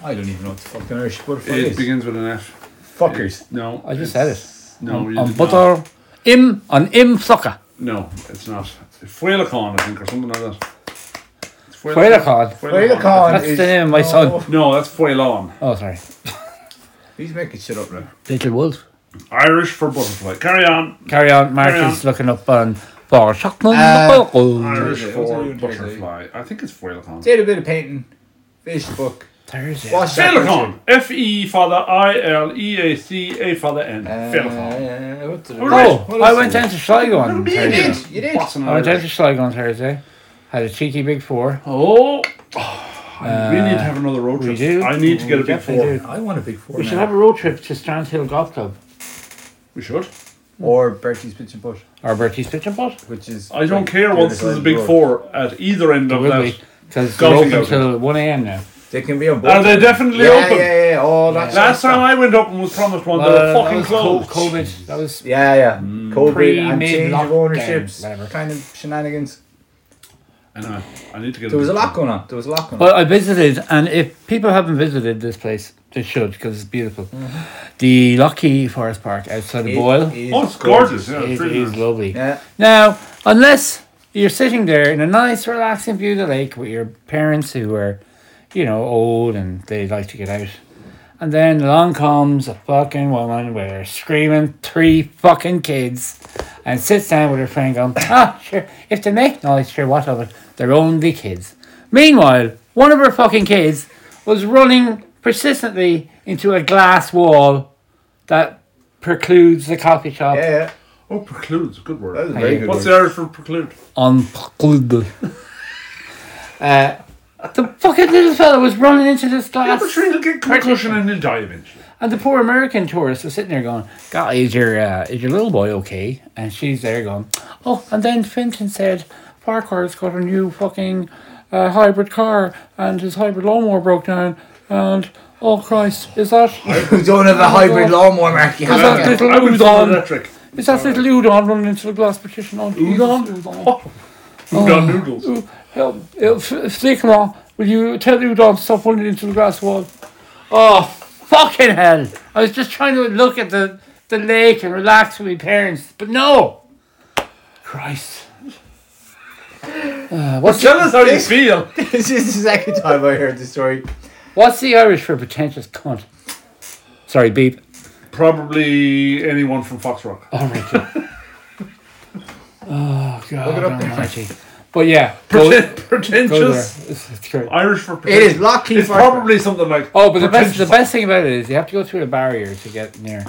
S2: I don't even know what the fucking Irish butterfly
S3: It
S2: is.
S3: begins with an F.
S2: Fuckers.
S3: No.
S1: I just
S3: it's-
S1: On
S3: No, you did not.
S1: um, butter. Im on im flucker.
S3: No, it's not. Fuelacon, I think, or something like that. It's
S1: Fuelacon.
S2: Fuelacon.
S1: That's the name of my
S2: Oh.
S1: son.
S3: No, that's Fuelon.
S1: Oh, sorry.
S2: He's making shit up now.
S1: Little wolf.
S3: Irish for butterfly. Carry on.
S2: Mm-hmm.
S1: Carry on. Mark
S3: Carry on.
S1: is looking up on bar Oh.
S2: Uh,
S3: Irish
S2: Thursday, what's it
S3: for
S2: doing Thursday?
S3: butterfly. I think it's Fuelacon.
S2: Did a bit of painting. Finished the book.
S1: Thursday.
S2: Watch that
S3: Fuelacon. F E father I L E A C A father N. Fuelacon.
S2: picture. Uh, what did I
S3: Oh,
S2: do?
S1: Oh,
S2: What
S1: I
S2: else
S1: went
S2: did
S1: down to Sligo on
S3: Be
S2: You
S3: an
S1: Thursday.
S2: did.
S3: idiot.
S2: You did.
S3: Bossing
S1: I went down
S3: Irish.
S1: to Sligo on Thursday. Had a cheeky big four.
S3: Oh. we need to have another road
S1: Uh, we
S3: trip.
S1: do.
S3: I need to get a big
S1: definitely
S3: four.
S1: do.
S2: I want a big four
S1: We should
S2: now.
S1: have a road trip to Strandhill Golf Club
S3: We should.
S2: or Bertie's Pitch and Push,
S1: or Bertie's Pitch and Putt.
S2: which is
S3: I don't
S2: like
S3: care
S2: the
S3: once
S2: other
S3: there's
S2: side
S3: a
S2: of
S3: big
S2: the road.
S3: four at either end of
S1: Will
S3: that.
S1: we? Because they're
S3: Golfing
S1: open
S3: outing.
S1: till 1 a.m. now.
S2: They can be on both.
S3: Are they definitely
S2: yeah,
S3: open?
S2: Yeah, yeah, yeah. Oh, that's
S3: Last time I went up and was promised one,
S1: Well,
S3: they were
S1: Uh, that
S3: fucking
S1: was co-
S3: closed.
S1: COVID. That was
S2: Yeah, yeah.
S3: Mm.
S2: COVID and
S1: Pre-mid
S2: change of
S1: lockdown,
S2: ownerships,
S1: whatever.
S2: kind of shenanigans.
S3: I know. I need to get.
S2: There was a lot going on. There was a lot going on.
S1: Well, I visited, and if people haven't visited this place, they should because it's beautiful. The Lockheed Forest Park outside of Boyle
S2: Mm-hmm. It
S1: is,
S2: is
S3: Oh, it's gorgeous. Yeah, it's really
S1: is
S3: nice.
S1: lovely.
S2: Yeah.
S1: Now, unless you're sitting there in a nice, relaxing view of the lake with your parents who are, you know, old and they like to get out, and then along comes a fucking woman with her screaming three fucking kids, and sits down with her friend going, ah, sure, if they make noise, sure, what of it? They're only kids. Meanwhile, one of her fucking kids was running persistently into a glass wall that precludes the coffee shop.
S2: Yeah, yeah.
S3: Oh, precludes. Good word.
S2: That was a very
S1: Hey,
S2: good.
S3: What's the
S2: one.
S3: Irish for preclude?
S1: unplugged. uh, the fucking little fella was running into this
S3: Yeah,
S1: glass,
S3: but sure, he'll get concussion and he'll die eventually.
S1: and the poor American tourist was sitting there going, "God, is your uh, is your little boy okay?" And she's there going, "Oh." And then Finton said, "Farquhar's got a new fucking uh, hybrid car, and his hybrid lawnmower broke down, and oh Christ, is that
S2: We don't have a hybrid
S1: God.
S2: lawnmower, Mark. You
S1: Is
S2: have
S1: that the-
S2: to get-
S1: Little
S3: Uh, I would
S1: Udon.
S3: follow that trick.
S1: is that little Udon running into the glass partition on
S3: Udon?
S1: Jesus, Udon.
S3: Oh, Udon noodles.
S1: Help, help, Stickler, will you tell you don't stop running into the glass wall? Oh, fucking hell. I was just trying to look at the, the lake and relax with my parents, but no. Christ. Uh, what's,
S3: Tell us how you
S2: This-
S3: feel.
S2: This is the second time I heard the story.
S1: what's the Irish for pretentious cunt? Sorry, beep.
S3: Probably anyone from Fox Rock.
S1: Oh, God. almighty. But yeah, go, go
S3: Pretend-
S1: there.
S3: pretentious.
S1: It's, it's great.
S3: Irish for
S2: It
S3: pretentious.
S2: is Lockheed.
S3: It's probably something like.
S1: Oh, but the best, the
S3: pretentious.
S1: best thing about it is you have to go through a barrier to get near.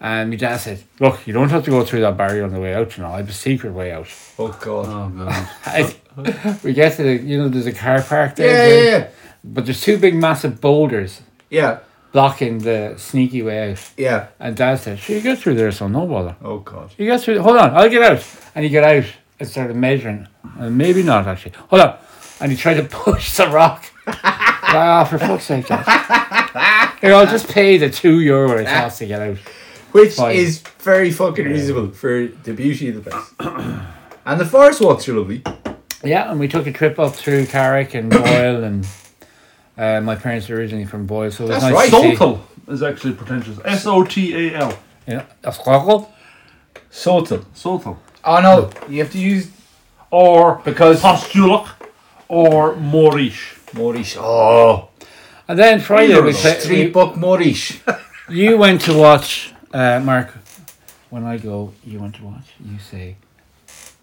S1: And my dad said, Look, you don't have to go through that barrier on the way out, you know. I have a secret way out.
S2: Oh God.
S1: we get to the, you know, there's a car park there.
S2: Yeah,
S1: Jim,
S2: yeah, yeah.
S1: But there's two big massive boulders
S2: Yeah,
S1: blocking the sneaky way out.
S2: yeah.
S1: And dad said, Sure, you get through there, so no bother.
S2: Oh God.
S1: You get through, hold on, I'll get out. And he got out and started measuring. And maybe not, actually. Hold on. And he tried to push the rock. Ah, for fuck's sake, Dad. Here, I'll just pay the two euro it costs to get out.
S2: Which
S1: Fine.
S2: is very fucking reasonable for the beauty of the place. and the forest walks are lovely.
S1: Yeah, and we took a trip up through Carrick and Boyle, and uh, my parents are originally from Boyle, so it was
S2: That's
S1: nice
S2: right.
S1: to see.
S3: Sotal is actually pretentious. S O T A L.
S1: Yeah, a squabble.
S2: Sotal.
S3: Sotal.
S2: Oh no, you have to use
S3: Or
S2: because
S3: Postulok or Morish.
S2: Morish. Oh,
S1: And then Friday, we, pla-
S2: street buck Morish.
S1: we- you went to watch, uh, Mark, when I go, you went to watch, you say,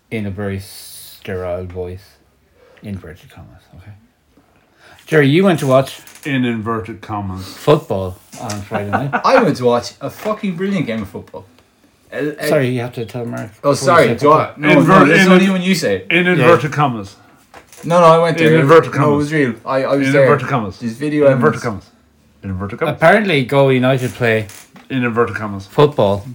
S1: in a very sterile voice, inverted commas, okay? Jerry, you went to watch
S3: In inverted commas.
S1: football on Friday night.
S2: I went to watch a fucking brilliant game of football. Uh, uh,
S1: sorry, you have to tell Mark.
S2: Oh,
S1: before you
S2: sorry.
S1: say
S2: Do I,
S1: football.
S2: no, no,
S3: Invert-
S2: that's
S3: in-
S2: only when you say it.
S3: In inverted commas.
S2: No, no, I went
S3: In
S2: there.
S3: inverted
S2: No, it
S3: commas.
S2: was real. I, I was
S3: In
S2: there.
S3: inverted commas.
S2: There's
S3: In
S2: video
S3: inverted
S2: evidence.
S3: commas. In inverted commas.
S1: Apparently, Go United play
S3: In inverted commas.
S1: football.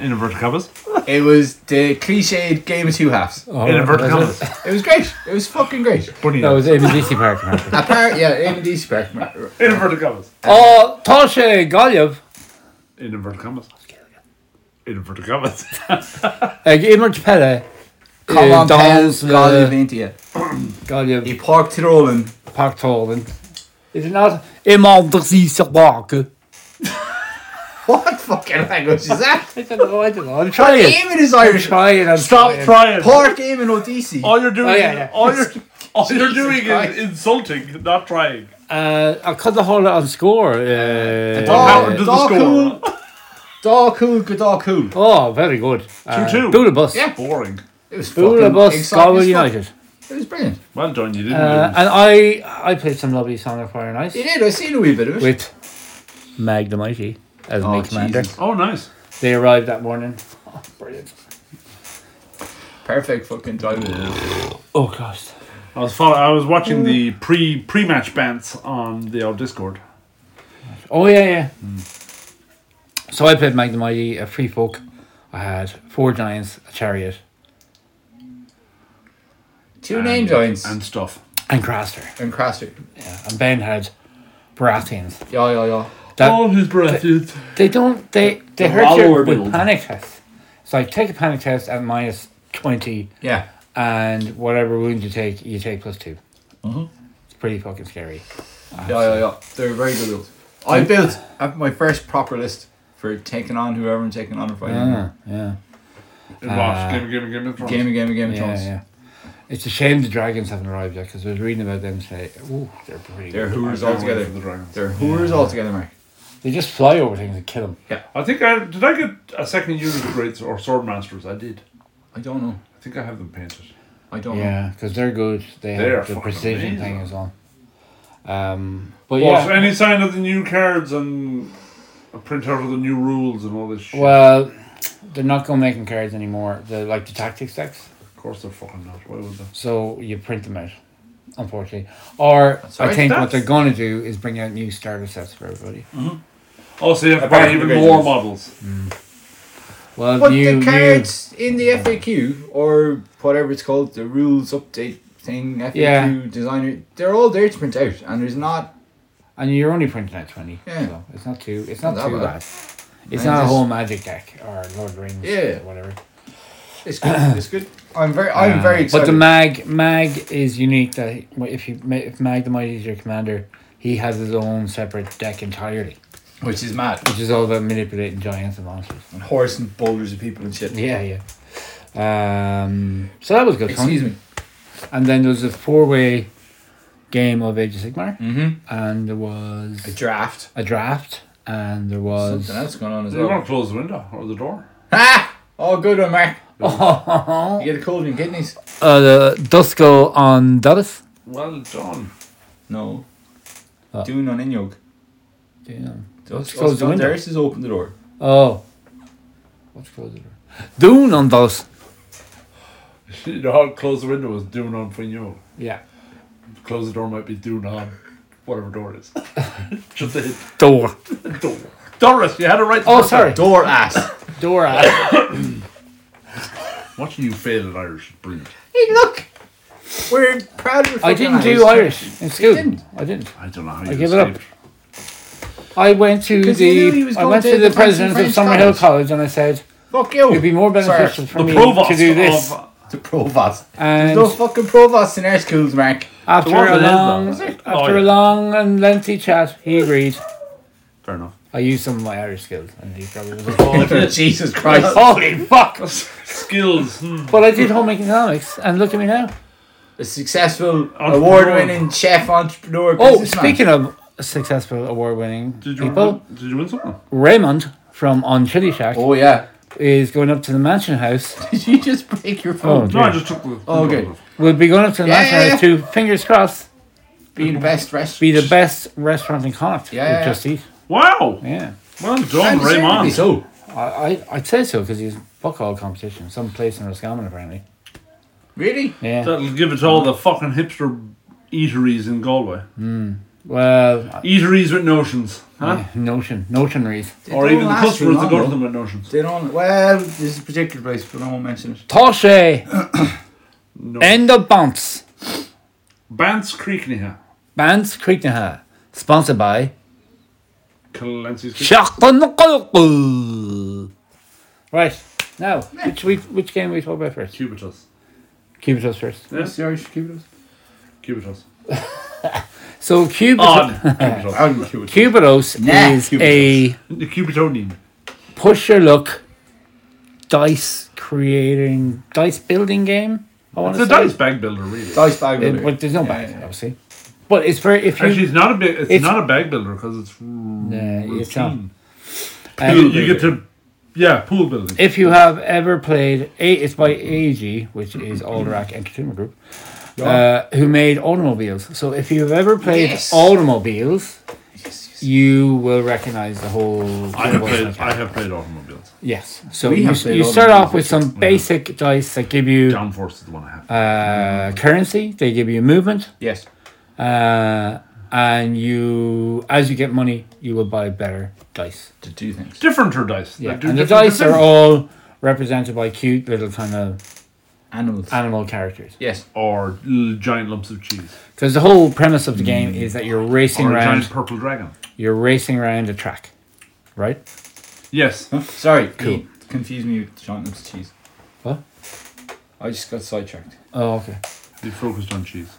S3: In inverted commas.
S2: It was the cliched game of two halves.
S1: Oh,
S3: In inverted
S1: was it?
S3: commas.
S2: It was great. It was fucking great.
S3: Bunny.
S1: That was ABC Park. Mark.
S2: Apparently, yeah, in the spec.
S3: In inverted commas.
S1: oh, Toshe Golyev.
S3: In inverted commas. In inverted commas.
S1: Ag Image Pele.
S2: Come on, pals, God,
S1: Golyev.
S2: Valentia.
S1: Golyev.
S2: He parked it all in.
S1: Park Tolan. Is it not? Imam Dazzi Sabak.
S2: What fucking language is that?
S1: I don't know, I don't know. I'm trying it.
S2: Eamon is
S1: I'm
S2: Irish.
S1: trying. I'm
S3: Stop
S1: trying.
S3: trying.
S2: Park Eamon O'Deasy.
S3: All you're doing,
S1: Oh, yeah,
S3: is-
S1: yeah.
S3: all you're, all you're
S2: Jesus
S3: doing
S2: Christ.
S3: is insulting, not trying.
S1: Uh, I cut the whole on score. Uh,
S3: dog. happened to the
S2: Daw
S3: score?
S2: cool. Daw cool, good daw cool.
S1: oh, very good. Uh,
S3: Two-two.
S1: Bula Bus.
S2: Yeah.
S3: Boring.
S2: It was
S1: Bula
S2: fucking
S1: Bus,
S2: exciting
S1: Galway
S2: as fuck. Mm.
S1: United.
S2: It was brilliant.
S3: Well done, you didn't.
S1: Uh,
S3: lose.
S1: and I I played some lovely song of Fire Night
S2: You did, I seen a wee bit of it.
S1: with Mag the Mighty as
S2: Oh,
S1: my commander.
S2: Jesus.
S3: oh, nice.
S1: They arrived that morning. Oh, brilliant.
S2: Perfect fucking timing.
S1: Oh, gosh.
S3: I was follow- I was watching
S1: Mm.
S3: the pre pre match bants on the old Discord.
S1: Oh yeah, yeah.
S2: Mm.
S1: So I played Magnum ID, a free folk. I had four giants, a chariot,
S2: Two name joints
S3: and stuff.
S1: uh, and Craster.
S2: and Craster.
S1: Yeah. And Ben had Baratheons.
S2: Yeah, yeah, yeah.
S1: That- Uh,
S2: All his breath.
S1: They don't. They
S6: The
S1: they hurt you
S6: wallower
S1: with
S6: build.
S1: panic tests. So I take a panic test at minus twenty,
S2: Yeah.
S1: and whatever wound you take, you take plus 2 It's pretty fucking scary.
S2: Yeah, yeah, yeah. They're very good rules. I built up my first proper list for taking on whoever I'm taking on or fighting.
S1: Yeah, yeah,
S3: It was Game of Game of Game of Thrones.
S2: Game of Game of Game of
S1: yeah,
S2: Thrones.
S1: yeah. It's a shame the dragons haven't arrived yet because I was reading about them today. Ooh, they're pretty.
S2: They're
S1: good.
S2: hoers
S3: I can't
S2: all together.
S3: wait for the dragons.
S2: They're hoers all together, Mark.
S1: They just fly over things and kill them.
S3: I think I did. I get a second unit of greats or sword masters. I did.
S2: I don't know.
S3: I think I have them painted.
S2: I don't know.
S1: Yeah, because they're good. They
S3: They are
S1: have the
S3: fucking
S1: precision
S3: amazing.
S1: thing as well. Um, but
S3: Well,
S1: yeah,
S3: so any sign of the new cards and a printout of the new rules and all this shit.
S1: well, they're not going making cards anymore. The like the tactics decks,
S3: of course they're fucking not. Why would they?
S1: so you print them out. Unfortunately, or I
S2: right,
S1: think what
S3: that's-
S1: they're going to do is bring out new starter sets for everybody.
S2: Hmm.
S3: Oh, so you have to
S2: Apart
S3: buy
S2: from
S3: even
S2: the
S3: more
S2: visuals.
S3: models.
S1: Well,
S2: But
S1: new,
S2: the
S1: new
S2: cards in the FAQ or whatever it's called, the rules update thing, FAQ
S1: Yeah.
S2: designer, they're all there to print out, and there's not.
S1: and you're only printing out twenty.
S2: Yeah.
S1: so it's not too. It's not,
S2: Not that
S1: too bad.
S2: bad.
S1: It's
S2: Man,
S1: not a
S2: just-
S1: whole magic deck or Lord of the Rings.
S2: Yeah.
S1: or whatever.
S2: It's good. it's good. I'm very. I'm very
S1: Uh, But
S2: excited.
S1: the mag mag is unique. That he- if you ma- if mag the mighty is your commander, he has his own separate deck entirely,
S2: which is mad.
S1: which is all about manipulating giants and monsters.
S2: And horse and boulders of people and shit.
S1: Yeah, yeah. Um, so that was good fun.
S2: Excuse me.
S1: And then there was a four way game of Age of Sigmar,
S2: Mm-hmm.
S1: and there
S2: A
S1: was
S2: draft.
S1: a draft, and there was
S2: Something else going on as
S3: You want
S2: well.
S3: to close the window or the door?
S2: Ah! Oh, good one, Mark.
S1: uh,
S2: You get a cold in your kidneys.
S1: the Dusko on Dodis.
S3: Well done.
S2: No.
S1: Oh.
S2: Doing on in yolk.
S1: Damn.
S2: Just
S1: Close the window.
S2: Darius has opened the door.
S1: Oh. What's closer? Dune on Dodis.
S3: You know how close the window was doing on for you.
S1: Yeah.
S3: Close the door might be doing on whatever door it is. Just hit
S1: Door.
S3: the door. Doris, you had it right. the
S1: Oh,
S3: first
S1: sorry.
S3: time.
S2: Door ass.
S1: Dora.
S3: Watching you fail in Irish, is brilliant.
S2: hey, look. We're proud of.
S1: I didn't do Irish in school.
S2: didn't.
S1: I didn't.
S3: I don't know how you
S1: give it up.
S3: escaped.
S1: I went to
S2: 'Cause he knew he
S1: the
S2: was
S1: I
S2: going
S1: went
S2: to
S1: to the
S2: the fancy
S1: president of
S2: French
S1: Summerhill College and I said
S2: Fuck
S1: it'd be
S2: you.
S1: more beneficial for
S3: The
S1: me
S3: provost
S1: to do this.
S3: Of, uh,
S2: The provost.
S1: and
S2: No fucking provost in our schools, Mark.
S1: after
S3: There was
S1: a
S3: an
S1: long
S3: Islam, was there?
S1: after
S3: Oh,
S1: a
S3: yeah.
S1: long and lengthy chat, he agreed.
S3: fair enough.
S1: I used some of my Irish skills, and he probably was like,
S2: Jesus Christ.
S1: "Holy fuck!"
S3: Skills. hmm.
S1: But I did home economics, and look at me now.
S2: A successful, award-winning chef, entrepreneur,
S1: Oh,
S2: businessman.
S1: speaking of successful award-winning
S3: Did you,
S1: people,
S3: win, did you win something?
S1: Raymond from On Chili Shack
S2: Oh yeah.
S1: is going up to the Mansion House.
S2: Did you just break your
S1: Oh,
S2: phone?
S3: No, I
S1: dear.
S3: just took the.
S2: Oh, okay.
S1: we'll be going up to the
S2: Yeah,
S1: Mansion
S2: yeah,
S1: House to fingers crossed.
S2: Be the best restaurant.
S1: be the best restaurant in Connacht.
S2: Yeah, yeah,
S1: with
S2: yeah.
S1: Just Eat.
S3: Wow.
S1: Yeah,
S3: Well
S2: I'm
S3: done,
S2: certainly
S3: Raymond.
S2: So
S1: I, I I'd say so because he's fuck all competition. Some place in Roscommon apparently.
S2: really,
S1: Yeah.
S3: That'll give it all the fucking hipster eateries in Galway.
S1: well,
S3: Eateries with notions, huh?
S1: notion notionaries.
S2: They
S3: Or
S2: don't
S3: even the
S2: last
S3: customers
S2: very
S3: that
S2: long,
S3: go to
S2: though.
S3: them with notions.
S2: They don't. Well, this is a particular place, but I won't mention it.
S1: Toshe
S3: No.
S1: end of bounce.
S3: Bance Creekneha.
S1: Bands Creeknaha. Sponsored by
S3: Clancy's Creek.
S1: Shakanakalaku. Right now, which we which game we talk about first?
S3: Cubitus.
S1: Cubitus first.
S3: Yes,
S2: the Irish Cubitos?
S3: Cubitus.
S1: So Cubitus.
S3: Odd. Cubitus.
S2: I wouldn't Cubitos.
S1: Cubitos
S2: Nah,
S1: is
S2: Cubitus.
S1: a
S3: The Cubitonian.
S1: push your luck dice creating dice building game. I want
S3: It's
S1: to
S3: a
S1: say.
S3: dice bag builder, really.
S2: Dice bag.
S1: It-
S2: builder.
S1: but there's no
S2: Yeah,
S1: bag,
S2: yeah.
S1: obviously. But it's very if
S3: Actually,
S1: you
S3: it's not a big. It's,
S1: It's-
S3: not a bag builder because it's routine.
S1: it's not.
S3: You-
S1: um,
S3: you, get to, yeah, pool building.
S1: if you have ever played a it's by AG, which is Alderac Entertainment Group, uh, who made automobiles. So if you've ever played
S2: Yes.
S1: automobiles,
S2: Yes, yes.
S1: you will recognize the whole.
S3: I have played. I have played automobiles.
S1: Yes. So
S2: We
S1: you,
S2: have
S1: s-
S2: played
S1: you start off
S2: automobiles,
S1: with some basic dice that give you
S3: Downforce is the one I have.
S1: uh, currency. They give you movement.
S2: Yes.
S1: uh, and you as you get money you will buy better dice
S2: To do things.
S3: different her dice. They
S1: yeah
S3: do
S1: and the
S3: different
S1: dice are
S3: things.
S1: all represented by cute little kind of
S2: animals.
S1: animal characters.
S2: yes.
S3: Or l- giant lumps of cheese.
S1: Because the whole premise of the game is that you're racing
S3: Or a giant
S1: around.
S3: purple dragon.
S1: You're racing around a track, right?
S3: Yes.
S2: Huh? Sorry, cool. confused me with John Lip's cheese.
S1: What?
S2: I just got sidetracked.
S1: Oh, okay.
S3: Be focused on cheese.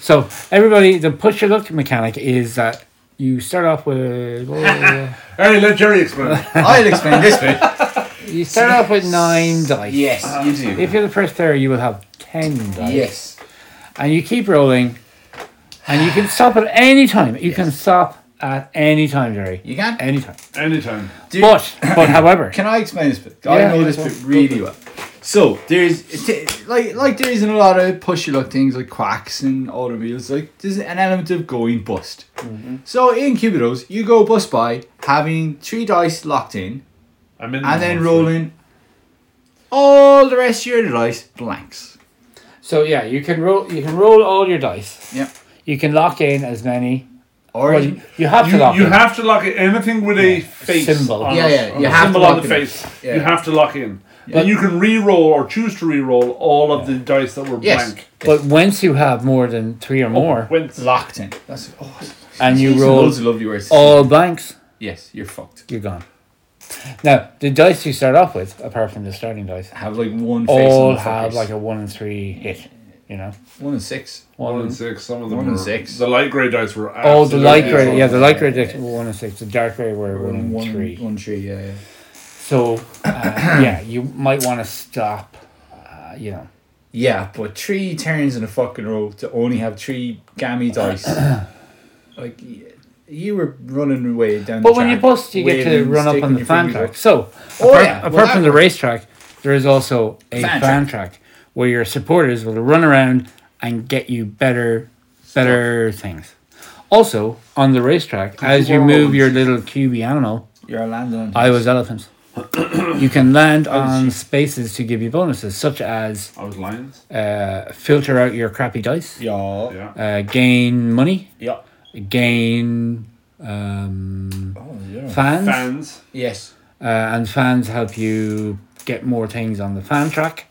S1: So everybody, the push your luck mechanic is that you start off with oh,
S3: Hey, let Jerry explain.
S2: I'll explain this bit.
S1: you start off with nine dice.
S2: Yes, you do.
S1: If you're the first player, you will have ten dice.
S2: yes.
S1: And you keep rolling, and you can stop at any time. You can stop at any time, Jerry.
S2: You can.
S1: Any time.
S3: Anytime.
S2: Do-
S1: But but however,
S2: Can I explain this bit?
S1: Yeah,
S2: I know this
S1: go-
S2: bit really well. So there's t- like like there isn't a lot of push your luck things like quacks and automobiles. Like there's an element of going bust.
S1: Mm-hmm.
S2: So in Cubidos, you go bust by having three dice locked in
S3: I'm in
S2: and
S3: the
S2: then
S1: Mm-hmm.
S3: monster.
S2: rolling all the rest of your dice blanks.
S1: so yeah, you can roll. You can roll all your dice.
S2: Yep.
S1: You can lock in as many.
S2: Or
S1: Well, you, you have to
S3: You,
S1: lock
S3: you
S1: in.
S3: have to lock in anything with a face
S1: symbol.
S3: on
S2: Yeah,
S3: it,
S2: yeah,
S3: on
S2: you
S3: a
S2: have to
S3: symbol
S2: lock
S3: on the
S2: it in.
S3: face.
S2: Yeah.
S3: You have to lock in,
S2: But-
S3: and you can re-roll or choose to re-roll all of the dice that were
S2: Yes.
S3: blank.
S1: but once you have more than three
S2: Oh,
S1: or more,
S3: When
S2: locked in. That's oh,
S1: and you
S2: these are
S1: roll
S2: loads of lovely words.
S1: all blanks,
S2: yes, you're fucked.
S1: you're gone. Now the dice you start off with, apart from the starting dice,
S2: Have like one face.
S1: all
S2: on the
S1: have
S2: fuckers.
S1: like a one in three hit. You know,
S2: one and six.
S3: one
S1: in
S3: and six, some of them
S2: One and
S3: were-
S2: six.
S3: The light grey dice were.
S1: Oh, the
S3: absolutely
S1: light gray,
S3: awful.
S1: yeah, the light gray dice were one and six. The dark gray were one and
S2: one,
S1: three.
S2: One three. Yeah. yeah.
S1: So, uh, yeah, you might want to stop. Uh, you know,
S2: Yeah, but three turns in a fucking row to only have three gammy dice. like, y- you were running away down
S1: but
S2: the
S1: when you
S2: track,
S1: bust, you get to
S2: waving,
S1: run up
S2: sticking
S1: on the
S2: your
S1: fan
S2: fingers
S1: track.
S2: up.
S1: So,
S2: Oh,
S1: apart,
S2: yeah, well,
S1: apart
S2: that
S1: from the
S2: one.
S1: racetrack, there is also a
S2: Fan
S1: fan, track where your supporters will run around and get you better, better things. Also, on the racetrack, as you
S3: were
S1: move
S3: rolling.
S1: your little cubey animal,
S2: You're landing on.
S1: I was elephants. you can land on
S2: shit.
S1: spaces to give you bonuses, such as
S3: I was lions.
S1: uh, filter out your crappy dice,
S2: Yeah. Yeah.
S3: Yeah.
S1: uh, gain money,
S2: yeah.
S1: gain um,
S2: Oh, yeah.
S1: fans,
S3: Fans.
S2: yes.
S1: Uh, and fans help you get more things on the fan track.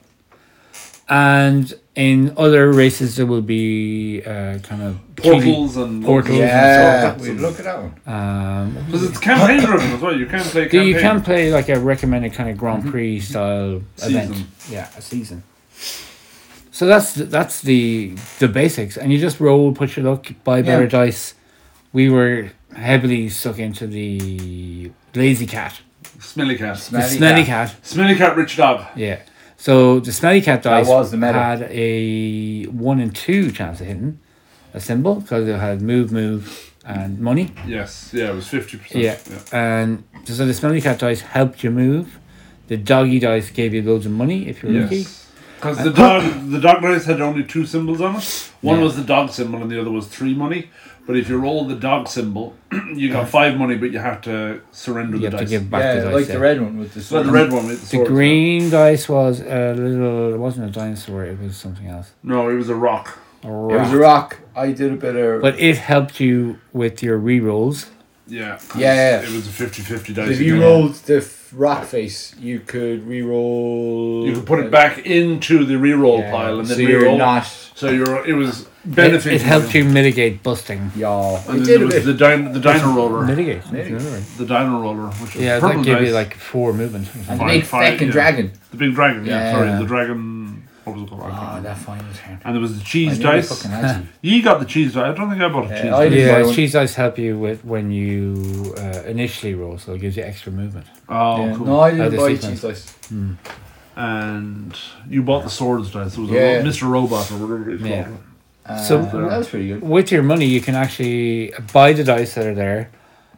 S1: And in other races, there will be uh, kind of
S3: Portals and
S1: Portals.
S2: Yeah.
S3: and
S2: we
S3: stuff.
S2: look at that one.
S1: Um,
S3: Because it's campaign driven as well. You can
S1: do
S3: play. Campaign. Mm-hmm.
S1: you can play like a recommended kind of Grand Prix style event?
S3: Season.
S1: Yeah, a season. So that's th- that's the the basics, and you just roll, put your luck, buy better dice. We were heavily stuck into the lazy cat,
S3: Smelly cat.
S1: the
S2: Smelly
S1: smelly
S2: cat.
S1: cat.
S3: Smelly cat. Rich dog.
S1: Yeah. So the smelly cat dice
S2: was the meta.
S1: had a one and two chance of hitting a symbol because it had move, move, and money.
S3: Yes. Yeah. It was fifty percent.
S1: Yeah. And so the smelly cat dice helped you move. The doggy dice gave you loads of money if you were lucky.
S3: Yes. Because the dog, the dog race had only two symbols on it. One was the dog symbol, and the other was three money. But if you roll the dog symbol, you got five money, but you have to surrender
S1: Uh, You
S3: the
S1: have to
S3: dice.
S1: give back
S2: Yeah,
S1: the dice.
S2: like
S1: yeah.
S2: the red one with the
S3: so
S2: sword.
S3: the red one, with the,
S1: The
S3: sword.
S1: green dice was a little. It wasn't a dinosaur. It was something else.
S3: No, it was a rock.
S1: A
S2: It was
S1: rock.
S2: a rock. I did a bit of.
S1: But it helped you with your re rolls.
S3: Yeah. 'cause
S2: Yeah, yeah.
S3: It was a 50-50 dice.
S2: if you
S3: again.
S2: rolled the f- rock face, you could re-roll.
S3: you could put it back into the re-roll
S2: Yeah,
S3: pile and then
S2: so
S3: re-roll.
S2: you're not.
S3: so you're it was
S1: It,
S3: benefiting.
S1: it helped you mitigate busting.
S2: Yeah,
S3: And
S2: it
S3: then
S2: did
S3: there
S2: a
S3: was
S2: bit.
S3: the dino, the dino roller,
S1: Mitigate. that's another one.
S3: the dino roller, which is
S1: Yeah,
S3: purple
S1: that gave
S3: dice.
S1: you like four movements. or something.
S2: And the
S3: Fine,
S2: big
S3: fine,
S2: fucking
S3: yeah.
S2: dragon.
S3: the big dragon. Yeah,
S2: Yeah.
S3: sorry, the dragon. What was it called? I can't
S1: Ah,
S2: Oh,
S3: remember.
S2: that final turn.
S3: and there was the
S2: I
S3: cheese
S2: nearly
S3: dice.
S2: fucking had you.
S3: You got the cheese dice. I don't think I bought a
S2: Yeah,
S3: cheese
S2: I
S3: dice.
S2: did. buy
S1: Yeah,
S2: one.
S1: cheese dice help you with when you uh, initially roll, so it gives you extra movement.
S3: Oh,
S2: Yeah.
S3: cool.
S2: No, I
S1: Oh,
S2: didn't
S1: the
S2: buy
S1: sequence.
S2: cheese dice.
S3: And you bought the swords dice. It was
S2: Yeah.
S3: a ro- Mr. Robot or whatever it's
S1: Yeah.
S3: called.
S2: Uh,
S1: So-
S2: that was pretty good.
S1: With your money, you can actually buy the dice that are there.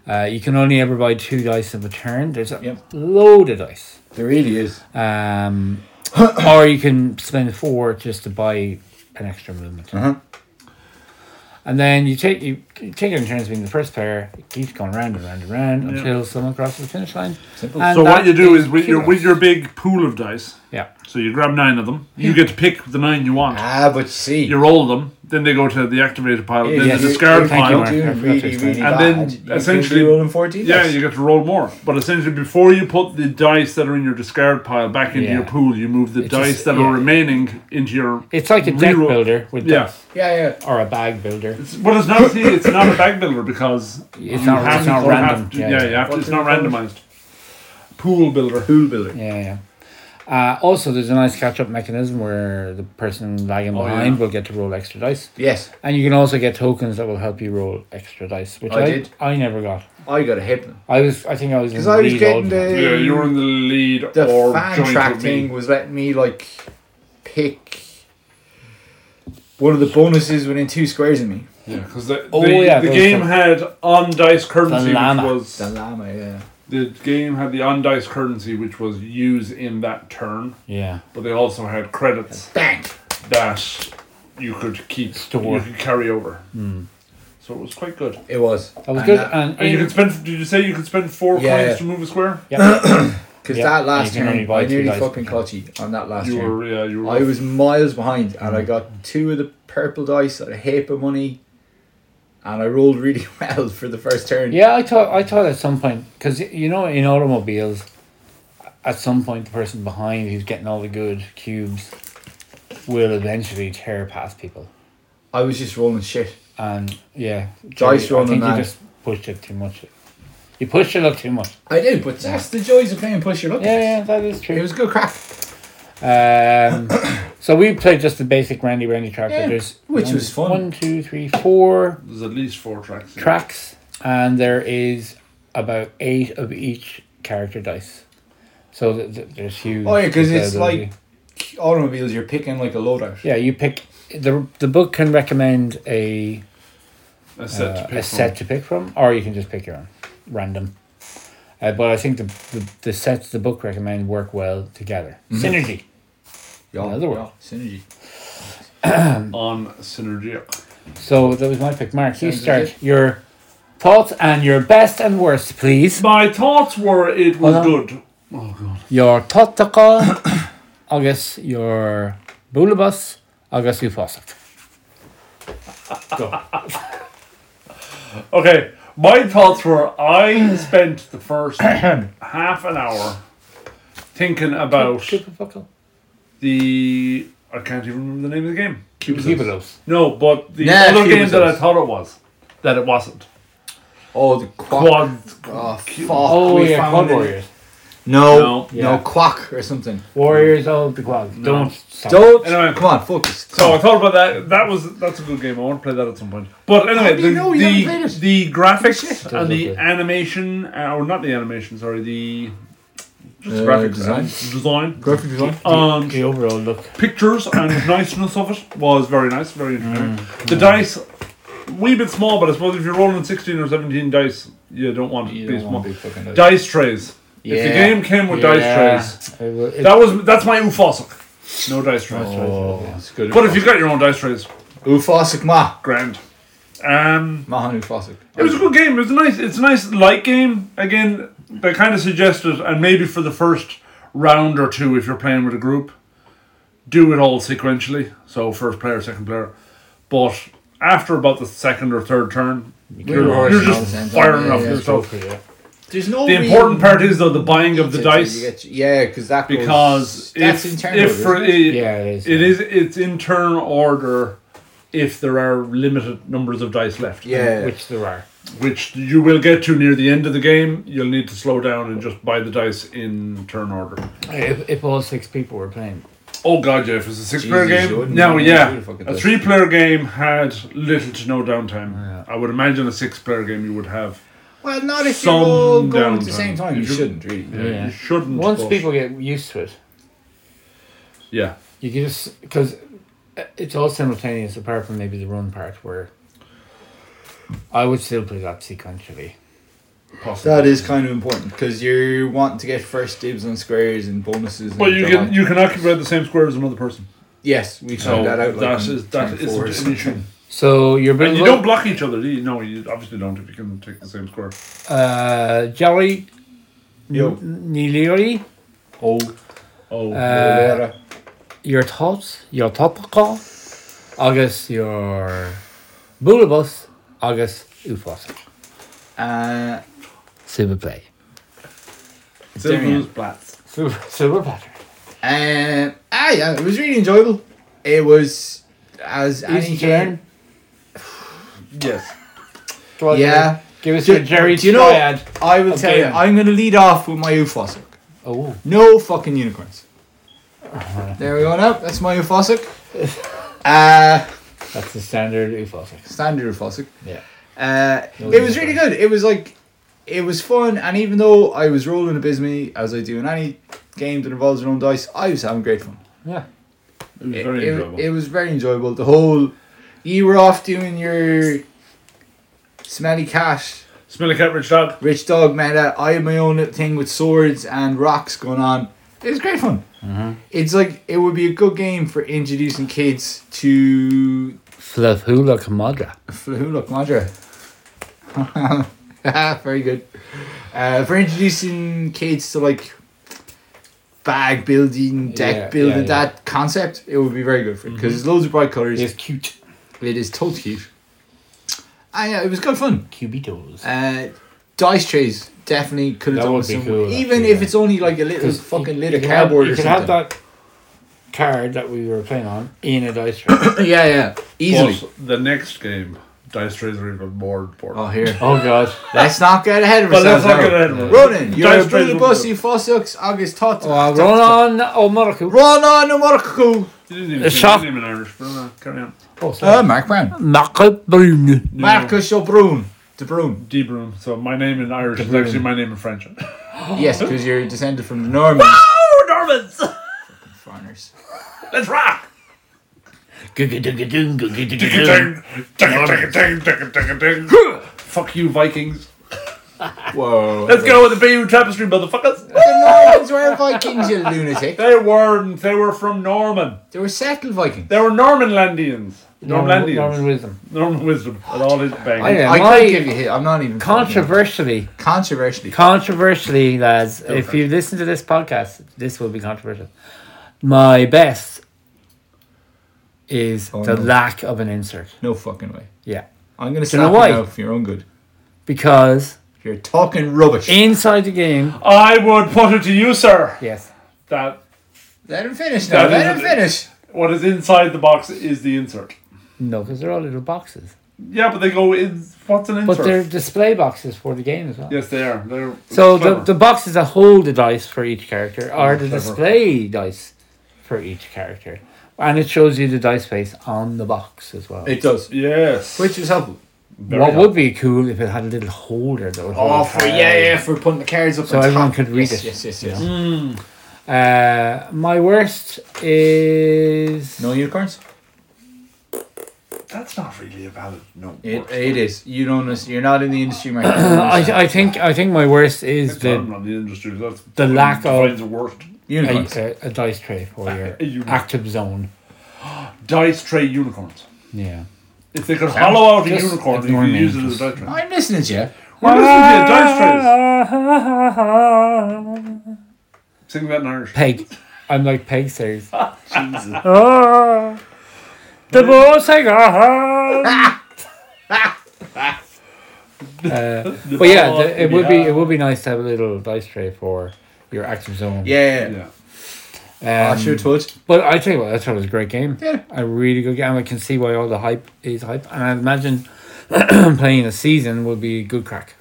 S1: Uh, you can only ever buy two dice of a turn. There's a
S2: Yep.
S1: load of dice.
S2: There really is.
S1: Um, or you can spend four just to buy an extra movement.
S2: Uh-huh.
S1: And then you take you you take it in turns being the first player. It keeps going round and round and round
S3: Yeah.
S1: until someone crosses the finish line.
S2: Simple.
S1: And
S3: So what
S1: that
S3: you do is
S1: is
S3: with your
S1: Cubidos.
S3: with your big pool of dice.
S1: Yeah.
S3: So you grab nine of them. You get to pick the nine you want.
S2: Ah, but you see,
S3: You roll them. Then they go to the activator pile, then
S1: yes.
S3: the discard
S1: Thank you,
S3: pile.
S1: Mark. I forgot to
S2: really,
S1: explain.
S2: really
S3: And
S2: bad.
S3: then
S2: you can be
S3: essentially-
S2: rolling 14
S3: Yeah,
S2: dice.
S3: you get to roll more. But essentially, before you put the dice that are in your discard pile back into
S1: Yeah.
S3: your pool, you move the
S1: It
S3: dice
S1: just-
S3: that
S1: yeah.
S3: are remaining into your.
S1: It's like a deck
S3: Reroll.
S1: builder with
S3: Yeah.
S1: dice,
S2: yeah, yeah.
S1: or a bag builder.
S3: Well, it's not. See, it's not a bag builder because
S1: It's
S3: you
S1: not-
S3: have
S1: it's not
S3: to- you have
S1: random.
S3: to-
S1: Yeah,
S3: yeah,
S1: yeah.
S3: you have to-
S2: What
S3: it's
S2: do you
S3: not
S2: call it?
S3: randomized. Pool builder.
S2: Pool builder.
S1: Yeah, yeah. Uh, also, there's a nice catch-up mechanism where the person lagging
S3: yeah.
S1: behind will get to roll extra dice,
S2: Yes,
S1: and you can also get tokens that will help you roll extra dice, which I,
S2: I
S1: I,
S2: did.
S1: never got.
S2: I got a hypno.
S1: I was, I think I was in
S2: Because
S1: the
S2: I was
S1: lead all
S2: getting
S1: the time.
S2: the,
S3: Yeah, you're in the lead
S2: the
S3: or
S2: fan
S3: joint
S2: track
S3: with me.
S2: thing was letting me like pick one of the bonuses within two squares of me.
S3: Yeah, because the,
S1: Oh,
S3: the,
S1: yeah,
S3: the
S1: those
S3: game
S1: are-
S3: had on dice currency, which
S1: llama.
S3: was
S2: The llama, yeah.
S3: the game had the on dice currency, which was used in that turn.
S1: Yeah,
S3: But they also had credits
S2: Bang!
S3: that you could keep,
S1: Store. Hmm.
S3: you could carry over. So it was quite good.
S2: It was.
S1: that was good. Uh, and
S3: And you
S1: in-
S3: could spend. Did you say you could spend four
S2: Yeah,
S3: coins
S2: yeah.
S3: to move a square?
S2: Because
S1: Yeah,
S2: that last
S1: you can only
S2: turn,
S1: buy
S2: I
S1: two
S2: nearly
S1: dice.
S2: fucking clutchy on that last
S3: You
S2: turn.
S3: were. Yeah, you were.
S2: I was miles behind, and I
S1: Mm.
S2: got two of the purple dice at a heap of money, and I rolled really well for the first turn.
S1: Yeah, I thought I thought at some point because you know in automobiles, at some point the person behind who's getting all the good cubes will eventually tear past people.
S2: I was just rolling shit.
S1: And yeah, Jerry,
S2: Dice
S1: I
S2: rolling
S1: think you
S2: man.
S1: just pushed it too much. You pushed it up too much.
S2: I did, but that's the joys of playing push your luck.
S1: Yeah, yeah, that is
S2: It
S1: true.
S2: was good crack.
S1: Um, so we played just the basic Randy Randy track. but
S2: Yeah,
S1: there's
S2: which
S1: one-
S2: was fun.
S1: One, two, three, four
S3: There's at least four tracks. in it.
S1: tracks, and there is about eight of each character dice. So th- th- there's huge.
S2: Oh yeah, because it's
S1: variability.
S2: like automobiles. You're picking like a loadout.
S1: Yeah, you pick the the book can recommend a
S3: A set
S1: uh,
S3: to pick
S1: a set to pick from, or you can just pick your own random. Uh, but I think the, the the sets the book recommend work well together. Synergy.
S2: Yeah,
S1: Another one.
S2: yeah, synergy.
S3: from on Synergia.
S1: So that was my pick. Mark, you
S2: Sounds
S1: start
S2: legit.
S1: your thoughts and your best and worst, please.
S3: My thoughts were it was
S2: Uh-huh.
S1: Hold
S3: good.
S1: Your topical, August your bulbus, August your faucet.
S3: Okay, my thoughts were I spent the first half an hour thinking about the. I can't even remember the name of the game.
S1: Cubiculos.
S3: No, but the
S2: Nah,
S3: other game
S2: Cubicles.
S3: that I thought it was, that it wasn't.
S2: Oh, the quack.
S3: Quad.
S2: Oh, fuck.
S1: Oh
S2: we
S1: yeah,
S2: found
S1: Quad
S2: it.
S1: Warriors.
S2: No,
S3: No,
S2: no,
S1: yeah.
S2: quack or something.
S1: Warriors of the Quad. Don't stop.
S2: Don't.
S3: Oh, Anyway.
S2: come on, focus. Uh,
S3: So I thought about that. That was that's a good game. I want to play that at some point. But anyway,
S2: do you
S3: the,
S2: know? You haven't
S3: the,
S2: played it.
S3: the graphics
S1: look
S3: and the
S1: good.
S3: animation, uh, or not the animation, sorry, the just
S2: Uh,
S3: graphics
S2: design?
S3: and design,
S2: Graphic design.
S3: um,
S1: The overall look.
S3: pictures and niceness of it was very nice, very entertaining. The dice, wee bit small, but I suppose if you're rolling sixteen or seventeen dice, you don't want it to be small. Dice trays. If the
S2: Yeah.
S3: game came with
S1: Yeah.
S3: dice trays,
S1: It wa- it-
S3: that was that's my ufosok. No dice trays.
S2: Oh, it's good.
S3: But if you got your own dice trays,
S2: Ufosik ma,
S3: grand. Um,
S2: Mahan Ufosik.
S3: It was a good game. It was a nice. It's a nice light game. Again, they kind of suggested, and maybe for the first round or two, if you're playing with a group, do it all sequentially. So first player, second player. But after about the second or third turn, you're,
S2: were
S3: you're
S2: already on the
S3: just
S2: same time,
S3: firing
S2: yeah,
S3: off
S2: yeah.
S3: your stuff.
S2: There's no.
S3: The important part is though the buying of the dice
S2: Yeah, because that goes-
S3: because
S2: that's
S3: if,
S2: internal.
S3: if for,
S2: isn't it?
S3: it,
S1: Yeah, it is,
S3: It
S1: yeah.
S3: is. It's in turn order. If there are limited numbers of dice left,
S2: yeah.
S1: Which there are.
S3: which you will get to near the end of the game. You'll need to slow down and just buy the dice in turn order.
S1: If, if all six people were playing.
S3: Oh god, yeah, if it's a six player
S2: Jesus, you
S3: game.
S2: wouldn't
S3: Now,
S2: know.
S3: yeah,
S2: You'd fucking
S3: a
S2: dice.
S3: three player game had little to no
S2: Oh,
S3: downtime. I would imagine a six player game you would have.
S2: Well, not if
S3: Some
S2: you're all going at the
S3: downtime.
S2: same time.
S3: You
S2: You,
S3: shouldn't.
S2: shouldn't really.
S1: Yeah.
S3: You shouldn't.
S1: Once
S3: but-
S1: people get used to it,
S3: Yeah.
S1: you can just. Because it's all simultaneous, apart from maybe the run part where. I would still play that sequentially.
S3: Possibly.
S2: That is kind of important because you want to get first dibs on squares and bonuses. and
S3: But you
S2: so on.
S3: can you can occupy the same square as another person.
S2: Yes, we
S3: So
S2: found that out. Like
S3: that
S2: on
S3: is that
S2: 24 or
S3: is an
S2: something.
S3: issue.
S1: So you're
S3: And you don't block each other, do you? No, you obviously don't if you can take the same square.
S1: uh, Jolly
S2: Yo.
S1: Niliori,
S3: Oh. Oh.
S2: Uh,
S1: your thoughts, your topical, August your Bulbus, August Ufos.
S2: Uh,
S1: Super play.
S2: Darian.
S1: Super, super pattern.
S2: Uh, ah, yeah, it was really enjoyable. It was as
S1: Easy
S2: any
S1: to learn.
S2: game. Yes.
S1: Twas
S2: Yeah.
S1: your- Give us
S2: Do-
S1: your Jerry
S2: do you know-
S1: triad.
S2: I will tell you,
S1: Again.
S2: I'm going to lead off with my Ufosic.
S1: Oh,
S2: No fucking unicorns. There we go now. That's my Ufosic. Uh,
S1: that's the standard Ufos.
S2: standard Ufosic.
S1: Yeah.
S2: Uh,
S1: No
S2: it was
S1: unicorns.
S2: really good. It was like, it was fun. And even though I was rolling abysmally, as I do in any game that involves your own dice, I was having great fun.
S1: Yeah.
S3: It was
S2: It,
S3: very
S2: it-
S3: enjoyable.
S2: it was very enjoyable. The whole, you were off doing your smelly cat,
S3: Smell a cat, rich dog.
S2: rich dog meta. I had my own little thing with swords and rocks going on. It was great fun.
S1: Mm-hmm.
S2: It's like it would be a good game for introducing kids to
S1: Flafula Kamadra.
S2: Flahula Madra. very good. Uh, for introducing kids to like bag building, deck
S1: Yeah, yeah,
S2: building,
S1: yeah. Mm-hmm.
S2: that concept, it would be very good for it because there's loads of bright colors.
S1: It's cute.
S2: It is totally cute. Ah, yeah, it was good fun.
S1: Cubitos.
S2: Uh, dice trays definitely could
S1: That
S2: have done
S1: would
S2: with
S1: be
S2: some,
S1: cool,
S2: even
S1: actually,
S2: if
S1: yeah.
S2: it's only like a little
S1: 'Cause
S2: fucking
S1: you-
S2: little
S1: you can have-
S2: cardboard
S1: You
S2: or
S1: can have
S2: something.
S1: that card that we were playing on in a dice tray.
S2: yeah, yeah, easily.
S3: But the next game, dice trays are even more important.
S2: Oh, here.
S1: oh god.
S2: let's not get ahead of
S3: But let's
S2: ourselves.
S3: not
S2: now.
S3: get ahead of it.
S2: Ronan, you're
S3: Dice
S2: a
S3: trays
S2: bully
S3: will
S2: bossy
S3: do.
S2: fossux August tot.
S1: Well, run on, oh Marco.
S2: Ronan Marco.
S3: You didn't even
S1: The
S3: say
S1: shop-
S3: my name in Irish, but uh, carry on.
S1: Oh, sorry.
S2: Uh, Mark Brown.
S1: Marco Brune.
S2: Marcus O'Brun. De Bruyne.
S3: D Broom. So my name in Irish is
S1: Broom.
S3: actually my name in French.
S2: Yes, because you're descended from the Normans.
S3: oh, Normans!
S2: Foreigners.
S3: Let's rock!
S5: Gu-gu-dug-a-dung, gu-gu-dug-a-dung.
S3: Ding, ding, ding, ding, ding, ding, ding. Fuck you, Vikings.
S2: Whoa.
S3: Let's go with the BU tapestry, motherfuckers.
S2: The Normans were Vikings, you lunatic.
S3: They weren't. They were from Norman.
S2: They were settled Vikings.
S3: They were Normanlandians.
S1: Norman,
S3: Normanlandians.
S1: Norman Wisdom.
S3: Norman, Wisdom and all his bangs.
S1: I am.
S2: I
S1: My-
S2: can't give you hit. I'm not even
S1: Controversially,
S2: controversially.
S1: controversially, lads, if you listen to this podcast, this will be controversial. My best is
S2: Oh,
S1: the
S2: no.
S1: lack of an insert.
S2: No fucking way.
S1: Yeah.
S2: I'm gonna
S1: you know
S2: slap
S1: why?
S2: you now for your own good.
S1: Because
S2: You're talking rubbish.
S1: inside the game.
S3: I would put it to you, sir,
S1: Yes.
S3: that
S2: Let him finish now.
S3: That
S2: Let him
S3: is-
S2: finish.
S3: what is inside the box is the insert.
S1: No, because they're all little boxes.
S3: Yeah, but they go in. What's an
S1: But
S3: insert?
S1: they're display boxes for the game as well.
S3: yes, they are. They're
S1: So the,
S3: clever.
S1: the boxes that hold the dice for each character are the
S3: clever.
S1: display dice for each character. And it shows you the dice face on the box as well.
S2: It does.
S3: yes.
S2: Which was helpful.
S3: Very
S1: what
S3: helpful.
S1: would be cool if it had a little holder that would hold
S2: Oh,
S1: the
S2: for
S1: card.
S2: yeah, yeah, for putting the cards up.
S1: So
S2: on
S1: everyone
S2: top.
S1: could read
S2: yes,
S1: it,
S2: Yes, yes,
S1: you
S2: yes.
S1: Uh, my worst is
S2: No unicorns.
S3: That's not really a valid no.
S2: It,
S3: word.
S2: it is. You don't. Understand. You're not in the industry, Mark.
S1: I, I think I think my worst is
S3: It's not
S1: the
S3: in the industry. That's
S1: the lack of-
S3: defines the worst.
S1: a,
S2: unicorns.
S1: a, a dice tray for your
S3: You-
S1: active zone.
S3: dice tray unicorns.
S1: Yeah.
S3: If they could hollow out a
S1: just
S3: unicorn, you
S1: ignore
S3: could
S1: me.
S3: use it as a dice tray.
S2: I'm listening to you.
S3: Well, this would be a dice tray. Sing that in Irish.
S1: Peg. I'm like Peg says.
S3: Jesus.
S1: Ah, the boss I got. Uh, but yeah, the, it would be it would be nice to have a little dice tray for your active zone.
S2: Yeah. yeah.
S3: Yeah.
S1: Um,
S2: I should touch.
S1: But I tell you what, I thought it was a great game.
S2: Yeah.
S1: A really good game. I can see why all the hype is hype, and I imagine playing a season would be good crack.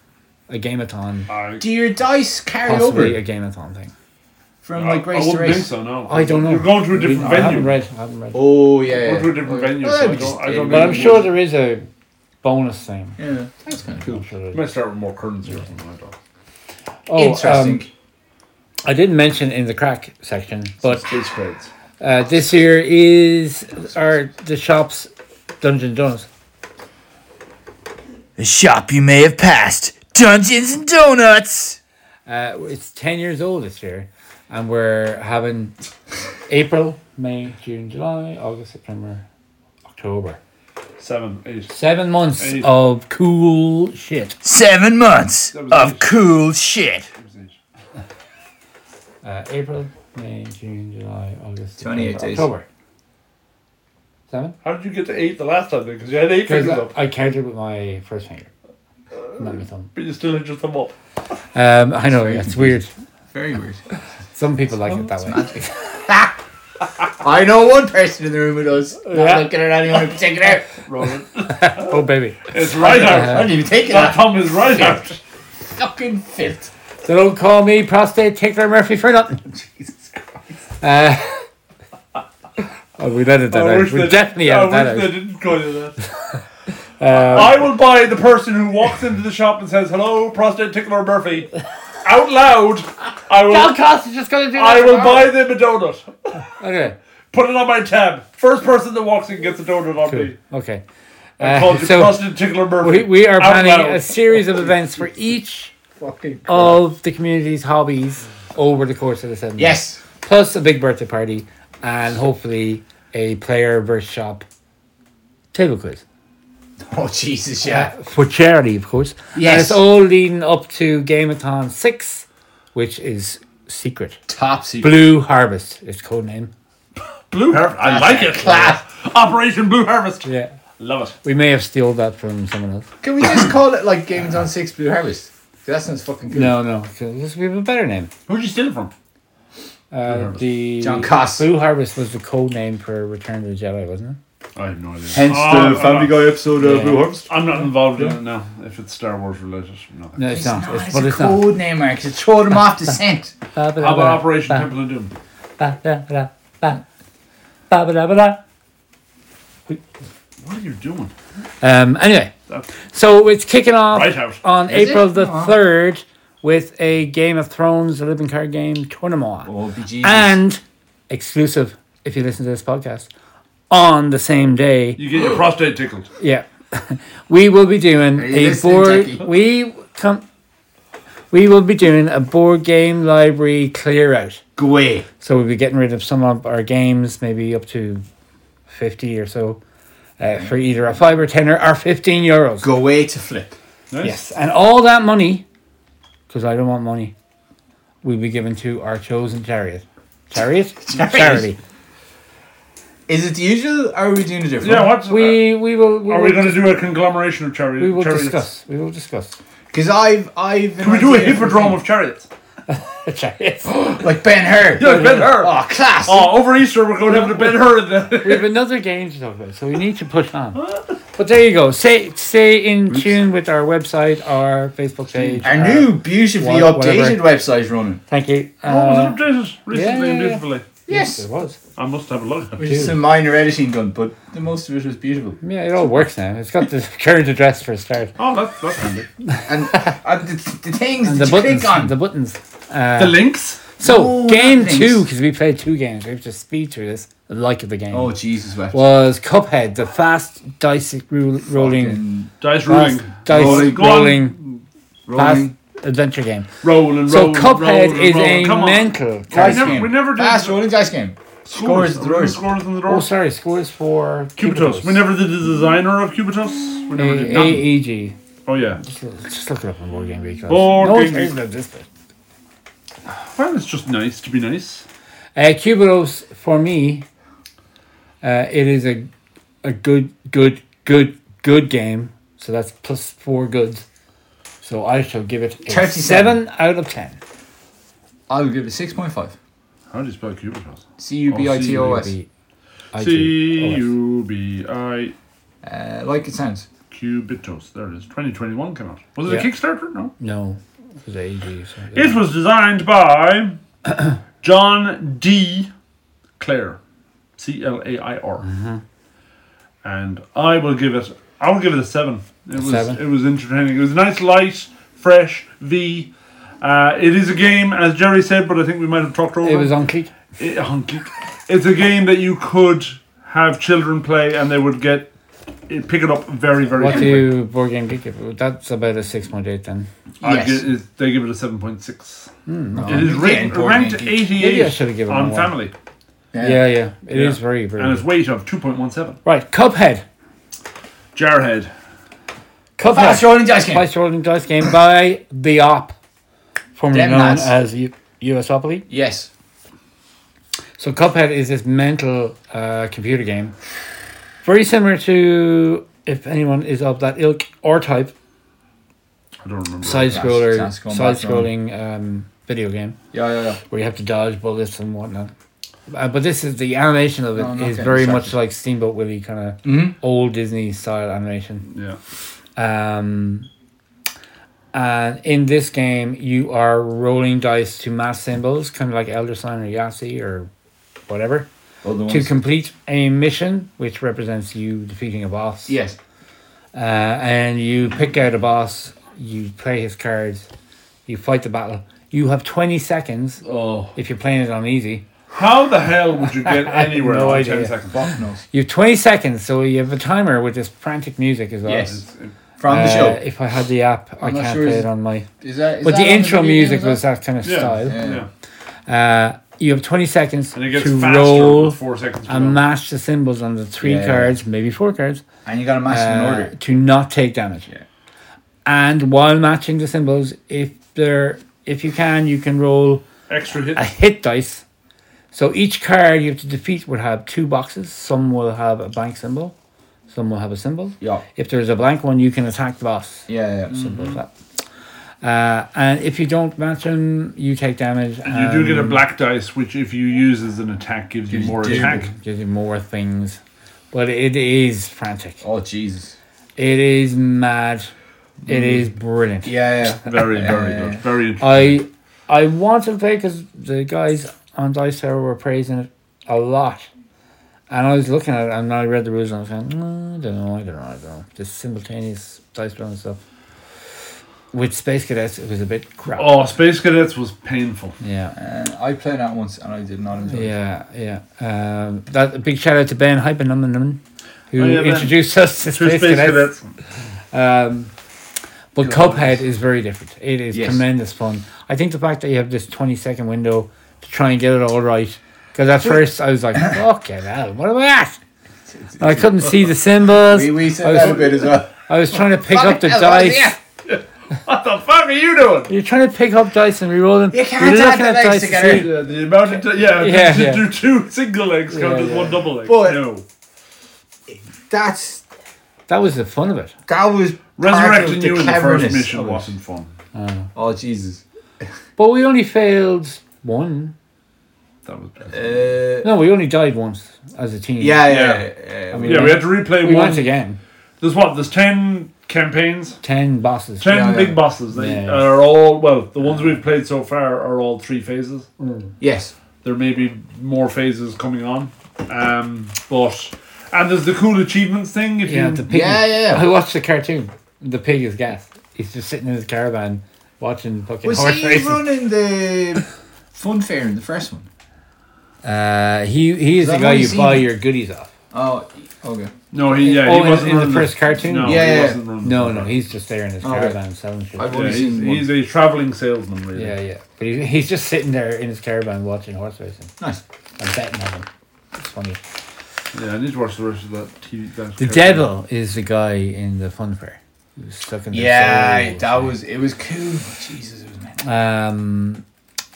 S1: A gameathon,
S3: I,
S2: Do your dice carry
S1: possibly
S2: over
S1: a gameathon thing.
S2: from
S3: I,
S2: like race
S3: I
S2: to
S3: wouldn't think
S2: race?
S3: so, no.
S1: I don't know.
S3: You're going to a different
S1: I haven't
S3: venue.
S1: read. I haven't read.
S2: Oh yeah.
S3: Go
S2: yeah. Oh,
S3: to a different venue,
S2: Well,
S3: so I
S2: we just
S3: don't- I
S2: did
S3: don't
S1: But
S2: it.
S1: I'm sure there is a bonus thing.
S2: Yeah, that's kind of
S1: I'm
S2: cool.
S1: sure there
S3: You
S1: is.
S3: might start with more currency or something like that.
S1: Oh,
S2: Interesting.
S1: um, I didn't mention in the crack section, but
S3: Space trades.
S1: uh, this year is our the shop's Dungeon Donuts.
S4: A shop you may have passed. Dungeons and Donuts.
S1: Uh, it's ten years old this year, and we're having April, May, June, July, August, September, October.
S3: Seven, eight.
S1: Seven months
S3: Eight.
S1: of cool shit.
S4: Seven months
S3: That was
S4: of
S3: nice.
S4: cool shit.
S3: It was eight.
S1: Uh, April, May, June, July, August,
S2: 28
S1: September,
S2: days.
S1: October. Seven?
S3: How did you get to eight the last time then? Because you had eight fingers
S1: Because
S3: up,
S1: I, I counted with my first finger. Not my thumb.
S3: but you still had your thumb up.
S1: Um, I know, it's weird.
S2: Very weird.
S1: Some people like it that way.
S2: I know one person in the room who does. Not
S3: Yeah.
S2: looking at anyone in particular.
S3: Ronan.
S1: Oh, baby.
S3: It's right
S2: I
S3: out.
S2: didn't even take it
S3: That
S2: out.
S3: thumb is right out.
S2: Fucking fit.
S1: So don't call me prostate tickler Murphy for nothing.
S2: Jesus Christ.
S1: Uh, oh, we let it that
S3: I
S1: out.
S3: wish
S1: We
S3: they-
S1: definitely
S3: I
S1: out that Um,
S3: wish
S1: out.
S3: they didn't call you that. I will buy the person who walks into the shop and says, "Hello, prostate tickler Murphy," out loud. I will.
S1: John Cost is just going to do that.
S3: I will
S1: tomorrow.
S3: buy them a donut.
S1: Okay.
S3: Put it on my tab. First person that walks in gets a donut on me.
S1: Okay.
S3: I
S1: Uh,
S3: called you
S1: so
S3: prostate tickler Murphy.
S1: we, we are
S3: out
S1: planning
S3: loud.
S1: a series of events for each
S2: Fucking.
S1: of the community's hobbies over the course of the seven. days.
S2: Yes.
S1: Plus a big birthday party and hopefully a player versus shop table quiz.
S2: Oh, Jesus, yeah.
S1: For charity, of course. And
S2: Yes.
S1: it's all leading up to Gameathon 6, which is secret.
S2: Top secret.
S1: Blue Harvest, its code name.
S3: Blue Harvest. I like it.
S2: Class.
S3: Operation Blue Harvest.
S1: Yeah.
S3: Love it.
S1: We may have stole that from someone else.
S2: Can we just call it like Games on Six Blue Harvest? 'Cause That sounds fucking good.
S1: No, no. so This would be a better name.
S3: Who'd you steal it from?
S1: Uh, the
S2: John Coss.
S1: Blue Harvest was the code name for Return of the Jedi, wasn't it?
S3: I have no idea.
S2: Hence
S3: Oh,
S2: the Family Guy episode of
S1: Yeah.
S2: Blue Harvest.
S3: I'm not involved in it now. If it's Star Wars related, nothing.
S1: No, it's, not.
S2: No,
S1: It's,
S2: it's
S1: but
S2: a
S1: it's not.
S2: code name, Mark. To throw them off the scent.
S1: How
S3: How about Operation Temple of Doom? What are you doing?
S1: Um, anyway,
S3: That's
S1: so it's kicking off
S3: right out.
S1: on
S2: Is
S1: April
S2: it?
S1: the
S2: Oh.
S1: 3rd with a Game of Thrones, the living card game tournament.
S2: Oh, be Jesus.
S1: And exclusive, if you listen to this podcast, on the same day.
S3: You get your prostate tickled.
S1: Yeah. we will be doing
S2: you
S1: a
S2: listening,
S1: board
S2: Jackie?
S1: we come we will be doing a board game library clear out.
S2: Go away.
S1: So we'll be getting rid of some of our games, maybe up to fifty or so, uh, for either a five or ten or, or fifteen euros.
S2: Go away to flip.
S3: Nice.
S1: Yes, and all that money, because I don't want money, will be given to our chosen chariot, chariot, charity.
S2: Is it the usual or are we doing a different
S3: Yeah. What's
S1: We we will. We
S3: Are
S1: will
S3: we going to do a conglomeration of chariots?
S1: We will
S3: chariots?
S1: discuss. We will discuss.
S2: Because I've. I've
S3: Can we do a hippodrome of chariots?
S1: A chariot.
S2: Like Ben Hur.
S3: Yeah, Ben Hur.
S2: Oh, class.
S3: Oh, over Easter we're going to have the Ben Hur. in the-
S1: We have another game to talk about, so we need to push on. But there you go. Stay stay in tune with our website, our Facebook page.
S2: Our new beautifully
S1: what-
S2: updated
S1: Uh, whatever.
S2: website's running.
S1: Thank you.
S3: Oh, was
S1: Uh,
S3: it updated recently and
S1: yeah, yeah.
S3: beautifully?
S1: It was.
S3: I must have a look.
S2: Which is a minor editing gun, but the most of it was beautiful.
S1: Yeah, it all works now. It's got the current address for a start.
S3: Oh, that's that's handy.
S2: And, and the, the things
S1: And
S2: that
S1: the
S2: you
S1: buttons.
S2: click on.
S1: The buttons.
S3: the links.
S1: So
S2: Oh,
S1: game
S2: that links.
S1: two, because we played two games, we have to speed through this. The like of the game
S2: oh, Jesus, wept.
S1: was Cuphead, the fast dice ru- rolling,
S2: Fucking
S3: Dice rolling.
S1: fast dice
S2: Rolling.
S1: rolling,
S3: Go on.
S1: fast
S2: rolling.
S1: adventure game.
S3: Roll and
S1: So
S3: roll.
S1: Cuphead
S3: roll and
S1: is
S3: roll.
S1: a
S3: Come on.
S1: mental.
S3: We
S1: card
S2: Dice
S3: never,
S2: game.
S3: we never did
S2: Fast rolling dice game. Scores the doors.
S3: Scores in the
S1: Oh,
S3: doors.
S1: sorry, scores for
S3: Cubitos. We never did the designer of Cubitos. We
S1: A-
S3: never did nothing.
S1: AEG.
S3: Oh yeah.
S1: Just look it up on Board Game Geek. lads.
S3: Board
S1: no
S3: Game
S1: cares
S3: Geek.
S1: about this bit.
S3: Well, it's just nice to be nice.
S1: Uh, Cubitos, for me, uh, it is a a good, good, good, good game. So that's plus four goods. So I shall give it a
S2: 37.
S1: seven out of ten.
S2: I'll give it 6.5.
S3: How do you spell Cubitos?
S2: C U B I T O S.
S1: Oh, B- I Oh, T O
S3: C
S1: S.
S3: U B I
S2: Uh, Like it sounds.
S3: Cubitos. There it is. 2021 came out. Was it
S1: Yeah.
S3: a Kickstarter? No.
S1: No, it was AEG. So
S3: It was designed by John D. Clare, C L A I
S1: Mm-hmm.
S3: R, and I will give it. I will give it a seven. It was.
S1: seven?
S3: It was entertaining. It was nice, light, fresh V. Uh, it is a game, as Jerry said, but I think we might have talked over.
S1: it was on Cleat.
S3: It- honky. It's a game that you could have children play, and they would get it, pick it up very, very.
S1: What do
S3: quickly.
S1: you Board Game Geek? give? That's about a six point eight then.
S3: I
S2: Yes.
S3: gi- it- they give it a seven point six. It is
S2: Again,
S3: ranked,
S2: Board Game
S3: ranked
S2: Geek.
S1: Maybe I
S3: eighty-eight
S1: should've given
S3: on
S1: one.
S3: Family,
S2: Yeah.
S1: Yeah, yeah, It is
S3: Yeah.
S1: very,
S3: and
S1: very
S3: its
S1: good.
S3: weight of two point one seven.
S1: right. Cuphead.
S3: Jarhead.
S1: Cuphead.
S2: Fast rolling dice game.
S1: Vice Rolling Dice game by The Op, formerly
S2: Them
S1: known
S2: lads.
S1: as U- USopoly.
S2: Yes.
S1: So Cuphead is this mental uh, computer game Very similar to if anyone is of that ilk or type,
S3: I don't remember.
S1: side scroller,
S2: that's Oh, going
S1: side
S2: back wrong.
S1: scrolling um, video game
S2: Yeah, yeah, yeah.
S1: where you have to dodge bullets and whatnot. Uh, but this is the animation of it
S2: No,
S1: is
S2: I'm not getting
S1: very much
S2: distracted.
S1: like Steamboat Willie kind of
S2: Mhm.
S1: old Disney style animation.
S3: Yeah.
S1: Um, and in this game, you are rolling dice to mass symbols, kind of like Elder Sign or Yahtzee or whatever,
S2: Other
S1: to
S2: ones.
S1: complete a mission, which represents you defeating a boss.
S2: yes.
S1: Uh, and you pick out a boss, you play his cards, you fight the battle. You have 20 seconds
S2: Oh,
S1: if you're playing it on easy.
S3: How the hell would you get anywhere
S1: No
S3: in
S1: idea.
S3: 10 seconds?
S2: fuck knows.
S1: You have 20 seconds, so you have a timer with this frantic music as well.
S2: Yes.
S3: It's- it-
S2: From the
S1: Uh,
S2: show.
S1: If I had the app, I
S2: I'm not
S1: can't
S2: sure
S1: play it
S2: is-
S1: on my.
S2: Is that? Is
S1: But
S2: that
S1: the
S2: on
S1: intro
S2: video
S1: music
S2: as well?
S1: was that kind of
S3: Yeah.
S1: style.
S2: Yeah.
S3: Yeah.
S1: Uh, you have 20 seconds
S3: And it gets
S1: to
S3: faster
S1: roll
S3: with four seconds. to go.
S1: and match the symbols on the three
S2: Yeah.
S1: cards, maybe four cards,
S2: And you got to match them
S1: uh,
S2: in order.
S1: to not take damage.
S2: Yeah.
S1: And while matching the symbols, if they're if you can, you can roll
S3: Extra hit.
S1: a hit dice. So each card you have to defeat would have two boxes. Some will have a blank symbol, some will have a symbol.
S2: Yeah.
S1: If there's a blank one, you can attack the boss.
S2: Yeah, yeah.
S1: Simple as that. Uh, and if you don't match them, you take damage.
S3: you do get a black dice, which if you use as an attack gives you
S2: Gives you
S3: more
S2: two.
S3: attack.
S1: gives you more things. But it is frantic.
S2: Oh Jesus.
S1: It is mad. It is brilliant.
S2: Yeah, yeah.
S3: Very, very
S2: Yeah.
S3: good. Very interesting.
S1: I I want to play because the guys on Dice Tower were praising it a lot, and I was looking at it and I read the rules and I was like, mm, I don't know, I don't know, I don't know. Just simultaneous dice rolling stuff. With Space Cadets, it was a bit crap.
S3: oh, Space Cadets was painful.
S1: Yeah.
S2: And Uh, I played that once and I did not enjoy it.
S1: Yeah, yeah. Um, that a big shout out to Ben Hypenumman, who
S3: Oh, yeah, Ben.
S1: introduced us to
S3: Two
S1: Space,
S3: Space
S1: Cadets.
S3: Cadets.
S1: Um, but
S3: Good
S1: Cuphead is very different. It is
S2: Yes.
S1: tremendous fun. I think the fact that you have this 20 second window to try and get it all right. Because at first I was like, fucking hell, what am I at? And I couldn't see the symbols.
S2: We, we said
S1: I
S2: that a
S1: was-
S2: bit as well.
S1: I was trying to pick up the
S2: Fucking hell,
S1: dice.
S2: yeah.
S3: What the fuck are you doing?
S1: You're trying to pick up dice and re-roll them.
S2: You can't
S1: You're
S2: add
S1: looking
S2: the
S1: at
S2: dice
S1: dice to
S2: together.
S1: see-
S3: Yeah, the amount of t- yeah,
S1: Yeah,
S3: to
S1: yeah.
S3: do two single legs count as
S1: Yeah,
S3: one double leg.
S2: But-
S3: no.
S2: That's
S1: That was the fun of it.
S2: that was part
S3: Resurrecting
S2: of the
S3: you in the first
S2: cleverness
S3: mission
S2: of it.
S3: wasn't fun.
S2: Oh Jesus.
S1: But we only failed one.
S3: That was
S2: Uh, yeah,
S1: No, we only died once as a team.
S2: yeah,
S3: Yeah.
S2: yeah. yeah.
S1: I mean,
S3: yeah, we had to replay
S1: We
S3: one.
S1: went again.
S3: There's what? There's ten campaigns,
S1: Ten bosses.
S3: ten
S2: Yeah, yeah.
S3: big bosses. They
S1: Yeah.
S3: are all well. The ones we've played so far are all three phases.
S2: yes.
S3: There may be more phases coming on, um, but and there's the cool achievements thing. If
S1: Yeah,
S3: you
S1: the pig.
S2: Yeah, yeah, yeah.
S1: I watched the cartoon. The pig is gas. He's just sitting in his caravan watching fucking
S2: Was
S1: horse
S2: he
S1: racing.
S2: running the fun fair in the first one?
S1: Uh, he he is
S2: I've
S1: the guy
S2: only
S1: you
S2: seen
S1: buy
S2: it.
S1: your goodies off.
S2: Oh, okay.
S3: no, he yeah,
S1: Oh,
S3: he
S1: in-
S3: wasn't
S1: in the
S3: running
S1: first cartoon?
S3: No,
S2: Yeah,
S3: he
S2: yeah.
S3: wasn't running
S1: No,
S3: the-
S1: no, he's just there in his
S2: Okay.
S1: caravan selling shit.
S2: I've
S3: Yeah,
S2: only
S3: he's,
S2: seen one.
S3: he's a traveling salesman, really.
S1: Yeah, yeah, but he, he's just sitting there in his caravan watching horse racing.
S2: Nice.
S1: I'm betting on him. It's funny.
S3: Yeah, I need to watch the rest of that TV. That
S1: The
S3: cartoon.
S1: devil is the guy in the fun fair. Who's stuck in the
S2: Yeah,
S1: soul.
S2: that was it was cool. Jesus, it was meant.
S1: Um,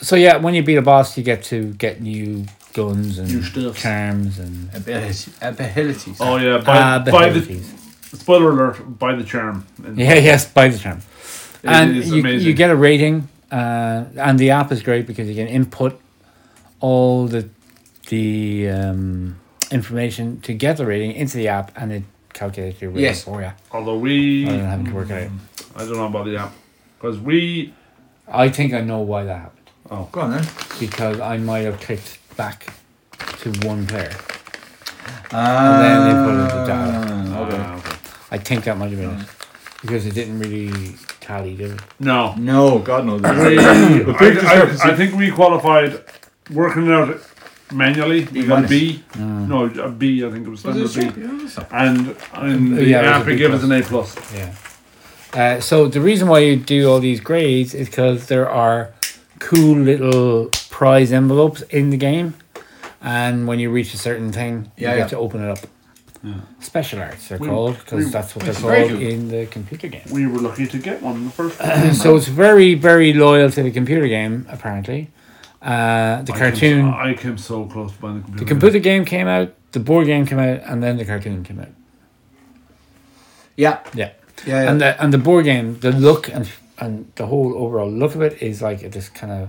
S1: so yeah, when you beat a boss, you get to get new guns and
S3: New stuffs.
S1: charms and
S2: Ability, abilities.
S3: Oh
S1: Uh,
S3: yeah, by, by the
S1: abilities.
S3: spoiler alert, by the charm. And
S1: Yeah, yes, by the charm.
S3: it
S1: and
S3: is
S1: you,
S3: amazing.
S1: you get a rating, uh, and the app is great because you can input all the the um, information to get the rating into the app, and it calculates your rating
S2: Yes.
S1: for you.
S3: Although we,
S1: I
S3: I
S1: don't have to work it out.
S3: don't know about the app because we.
S1: I think I know why that happened
S2: Oh, Go on then.
S1: because I might have clicked back to one player.
S2: And
S1: then they put it into dial.
S2: Uh, Okay.
S3: Ah, okay.
S1: I think that might have been it
S3: Mm-hmm.
S1: because it didn't really tally, did it?
S3: No,
S2: No, God no.
S3: We-
S2: that's-
S3: I,
S2: big discrepancy.
S3: I, I think we qualified working it out manually. We got a
S2: minus.
S3: B.
S1: Uh.
S3: No, a B. I think it was
S2: Was
S3: standard
S2: it
S3: B.
S2: a B?
S3: And in the
S1: Yeah, it was
S3: app,
S1: a B
S3: it gave us
S1: plus.
S3: an A plus.
S1: Yeah. Uh, so the reason why you do all these grades is because there are cool little prize envelopes in the game, and when you reach a certain thing,
S2: Yeah,
S1: you
S2: yeah.
S1: have to open it up. Special arts, they're
S3: We-
S1: called, because
S3: we-
S1: that's what they're
S2: it's very
S1: called
S2: cool.
S1: in the computer game.
S3: We were lucky to get one the first.
S1: So it's very, very loyal to the computer game, apparently. Uh, the
S3: I came-
S1: cartoon,
S3: I came so close to buying the computer.
S1: the computer game came out the board game came out and then the cartoon came out.
S2: Yeah.
S1: Yeah.
S2: Yeah, yeah.
S1: And the and the board game, the look and and the whole overall look of it is like this kind of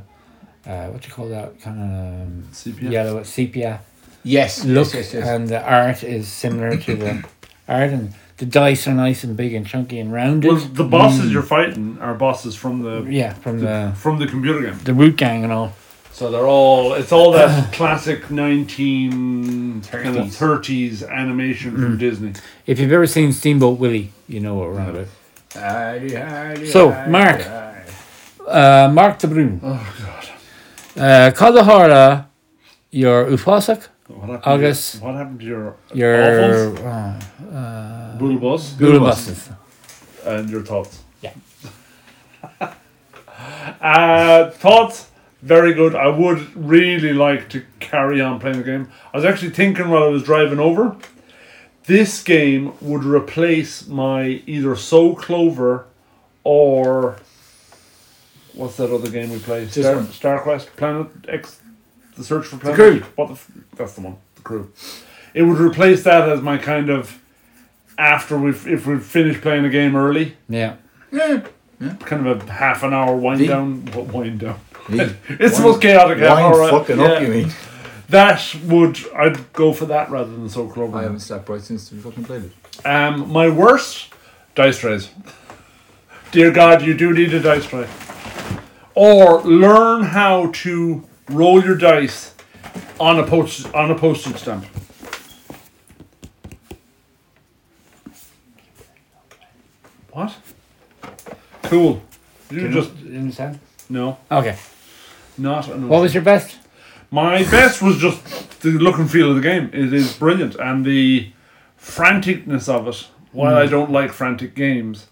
S1: uh, what do you call that kind of um,
S3: Sepia.
S1: yellow sepia
S2: Yes.
S1: look,
S2: Yes, yes, yes.
S1: and the art is similar to the art, and the dice are nice and big and chunky and rounded.
S3: Well, the bosses you're fighting are bosses from the
S1: Mm. yeah, from the
S3: from the computer game.
S1: the root gang and all.
S3: So they're all it's all that classic nineteen kind of thirties animation from
S1: Mm.
S3: Disney.
S1: If you've ever seen Steamboat Willie, you know what we're on about.
S2: Aye, aye, aye,
S1: So,
S2: aye,
S1: Mark.
S2: aye.
S1: Uh, Mark de Bruin. Oh God. Uh, Kalahara, your Ufosak,
S3: What happened
S1: August.
S3: To your, what happened to your
S1: your
S3: Awfuls?
S1: uh,
S3: Bull Boss
S1: Gulabusters.
S3: and your thoughts?
S1: Yeah.
S3: uh, thoughts. Very good. I would really like to carry on playing the game. I was actually thinking while I was driving over, this game would replace my either So Clover or what's that other game we play? Star,
S2: one.
S3: Star Quest Planet X, The Search for Planet.
S2: Crew.
S3: What the? F- that's the one. The Crew. It would replace that as my kind of after we've if we've finished playing a game early,
S1: Yeah.
S2: Yeah.
S3: kind of a half an hour wind
S2: The-
S3: down. What wind down?
S2: Hey,
S3: It's the most chaotic half
S2: Wine
S3: hour. I-
S2: fucking
S3: yeah.
S2: up, you mean?
S3: That would I'd go for that rather than so clover.
S2: I haven't slept right since we fucking played it.
S3: Um, my worst dice trays. Dear God, you do need a dice tray. Or learn how to roll your dice on a post on a postage stamp. What? Cool. You just
S1: You understand?
S3: no,
S1: Okay.
S3: not an
S1: What was your best?
S3: my best was just the look and feel of the game. It is brilliant, and the franticness of it. While
S1: Hmm.
S3: I don't like frantic games,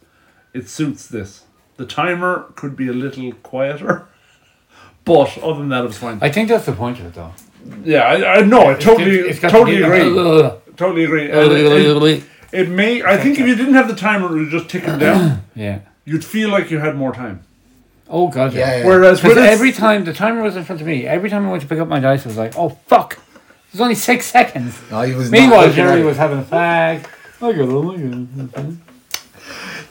S3: it suits this. The timer could be a little quieter, but other than that, it was fine.
S1: I think that's the point of it, though.
S3: yeah, I, I no, I totally, totally agree, totally agree. And it,
S1: agree.
S3: it may. I think if you didn't have the timer, it would just ticking down.
S1: Yeah.
S3: You'd feel like you had more time.
S1: Oh god. Yeah.
S2: Yeah, yeah.
S3: Whereas
S1: Because
S3: with this-
S1: every time the timer was in front of me, every time I went to pick up my dice, I was like, "Oh fuck, there's only six seconds."
S2: No, he was not
S1: Meanwhile,
S2: looking at
S1: Jerry
S2: it.
S1: was having a fag. Look at him, look at him.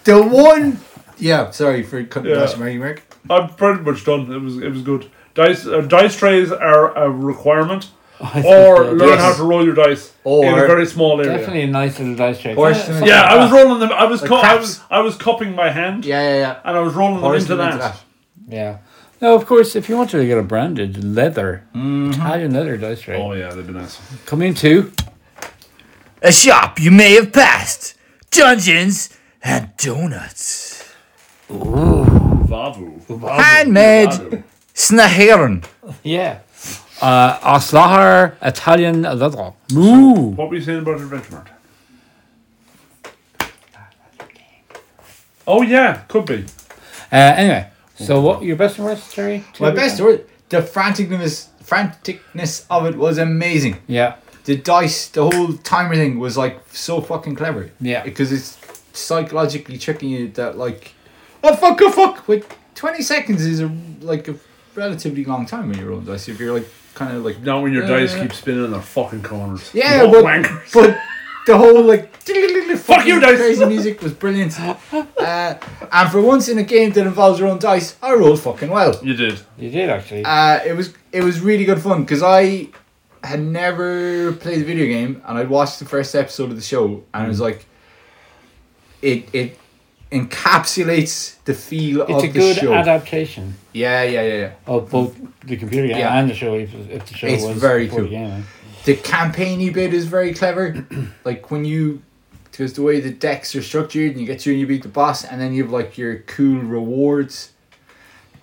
S2: The one. Yeah, sorry for cutting
S3: Yeah.
S2: yeah. off, Mary Mark.
S3: I'm pretty much done. It was it was good. Dice uh, dice trays are a requirement,
S1: thought
S3: or
S1: they-
S3: learn
S2: Yes.
S3: how to roll your dice in a
S2: Or-
S3: very small area.
S1: Definitely a nice little dice tray.
S2: Or
S1: Yeah,
S2: something.
S3: Yeah, I was rolling them. I was
S2: Like
S3: cu- I
S2: craps.
S3: was I was cupping my hand,
S2: Yeah, yeah, yeah.
S3: and I was rolling them
S2: Or
S3: into
S2: something
S3: that.
S2: into that.
S1: Yeah. Now, of course, if you want to get a branded leather, Italian leather dice tray,
S3: Oh yeah, they'd be nice.
S1: come in too.
S4: A shop you may have passed. Dungeons and Donuts.
S3: Vavu.
S4: Handmade
S3: Vavu.
S4: Snaheren.
S1: Yeah. Uh, Aslahar Italian leather. Ooh.
S3: What were you saying about Adventure Mart? Oh yeah, could be.
S1: Uh, anyway, so what your best and worst, Jerry?
S2: My best word. The franticness, franticness of it was amazing.
S1: Yeah.
S2: The dice, the whole timer thing was like so fucking clever.
S1: Yeah.
S2: Because it's psychologically tricking you that like, oh fuck, oh fuck, with twenty seconds is a, like a relatively long time when you're rolling dice. If you're like kind of like
S3: Now when your
S2: Uh,
S3: dice keep spinning in their fucking corners.
S2: Yeah,
S3: What
S2: but,
S3: wankers.
S2: but the whole like fuck
S3: you, dice.
S2: crazy music was brilliant. Uh, and for once in a game that involves your own dice, I rolled fucking well.
S3: You did.
S1: You did actually.
S2: Uh, it was it was really good fun because I had never played the video game and I'd watched the first episode of the show and it
S1: Mm.
S2: was like it it encapsulates the feel
S1: it's a
S2: of the
S1: good
S2: show.
S1: adaptation
S2: yeah, yeah, yeah, yeah.
S1: of both the computer game
S2: Yeah.
S1: and the show. If, if the show
S2: It's
S1: was
S2: very
S1: before the
S2: cool.
S1: game, eh?
S2: the campaigny bit is very clever. like when you, because the way the decks are structured, and you get through and you beat the boss, and then you have like your cool rewards.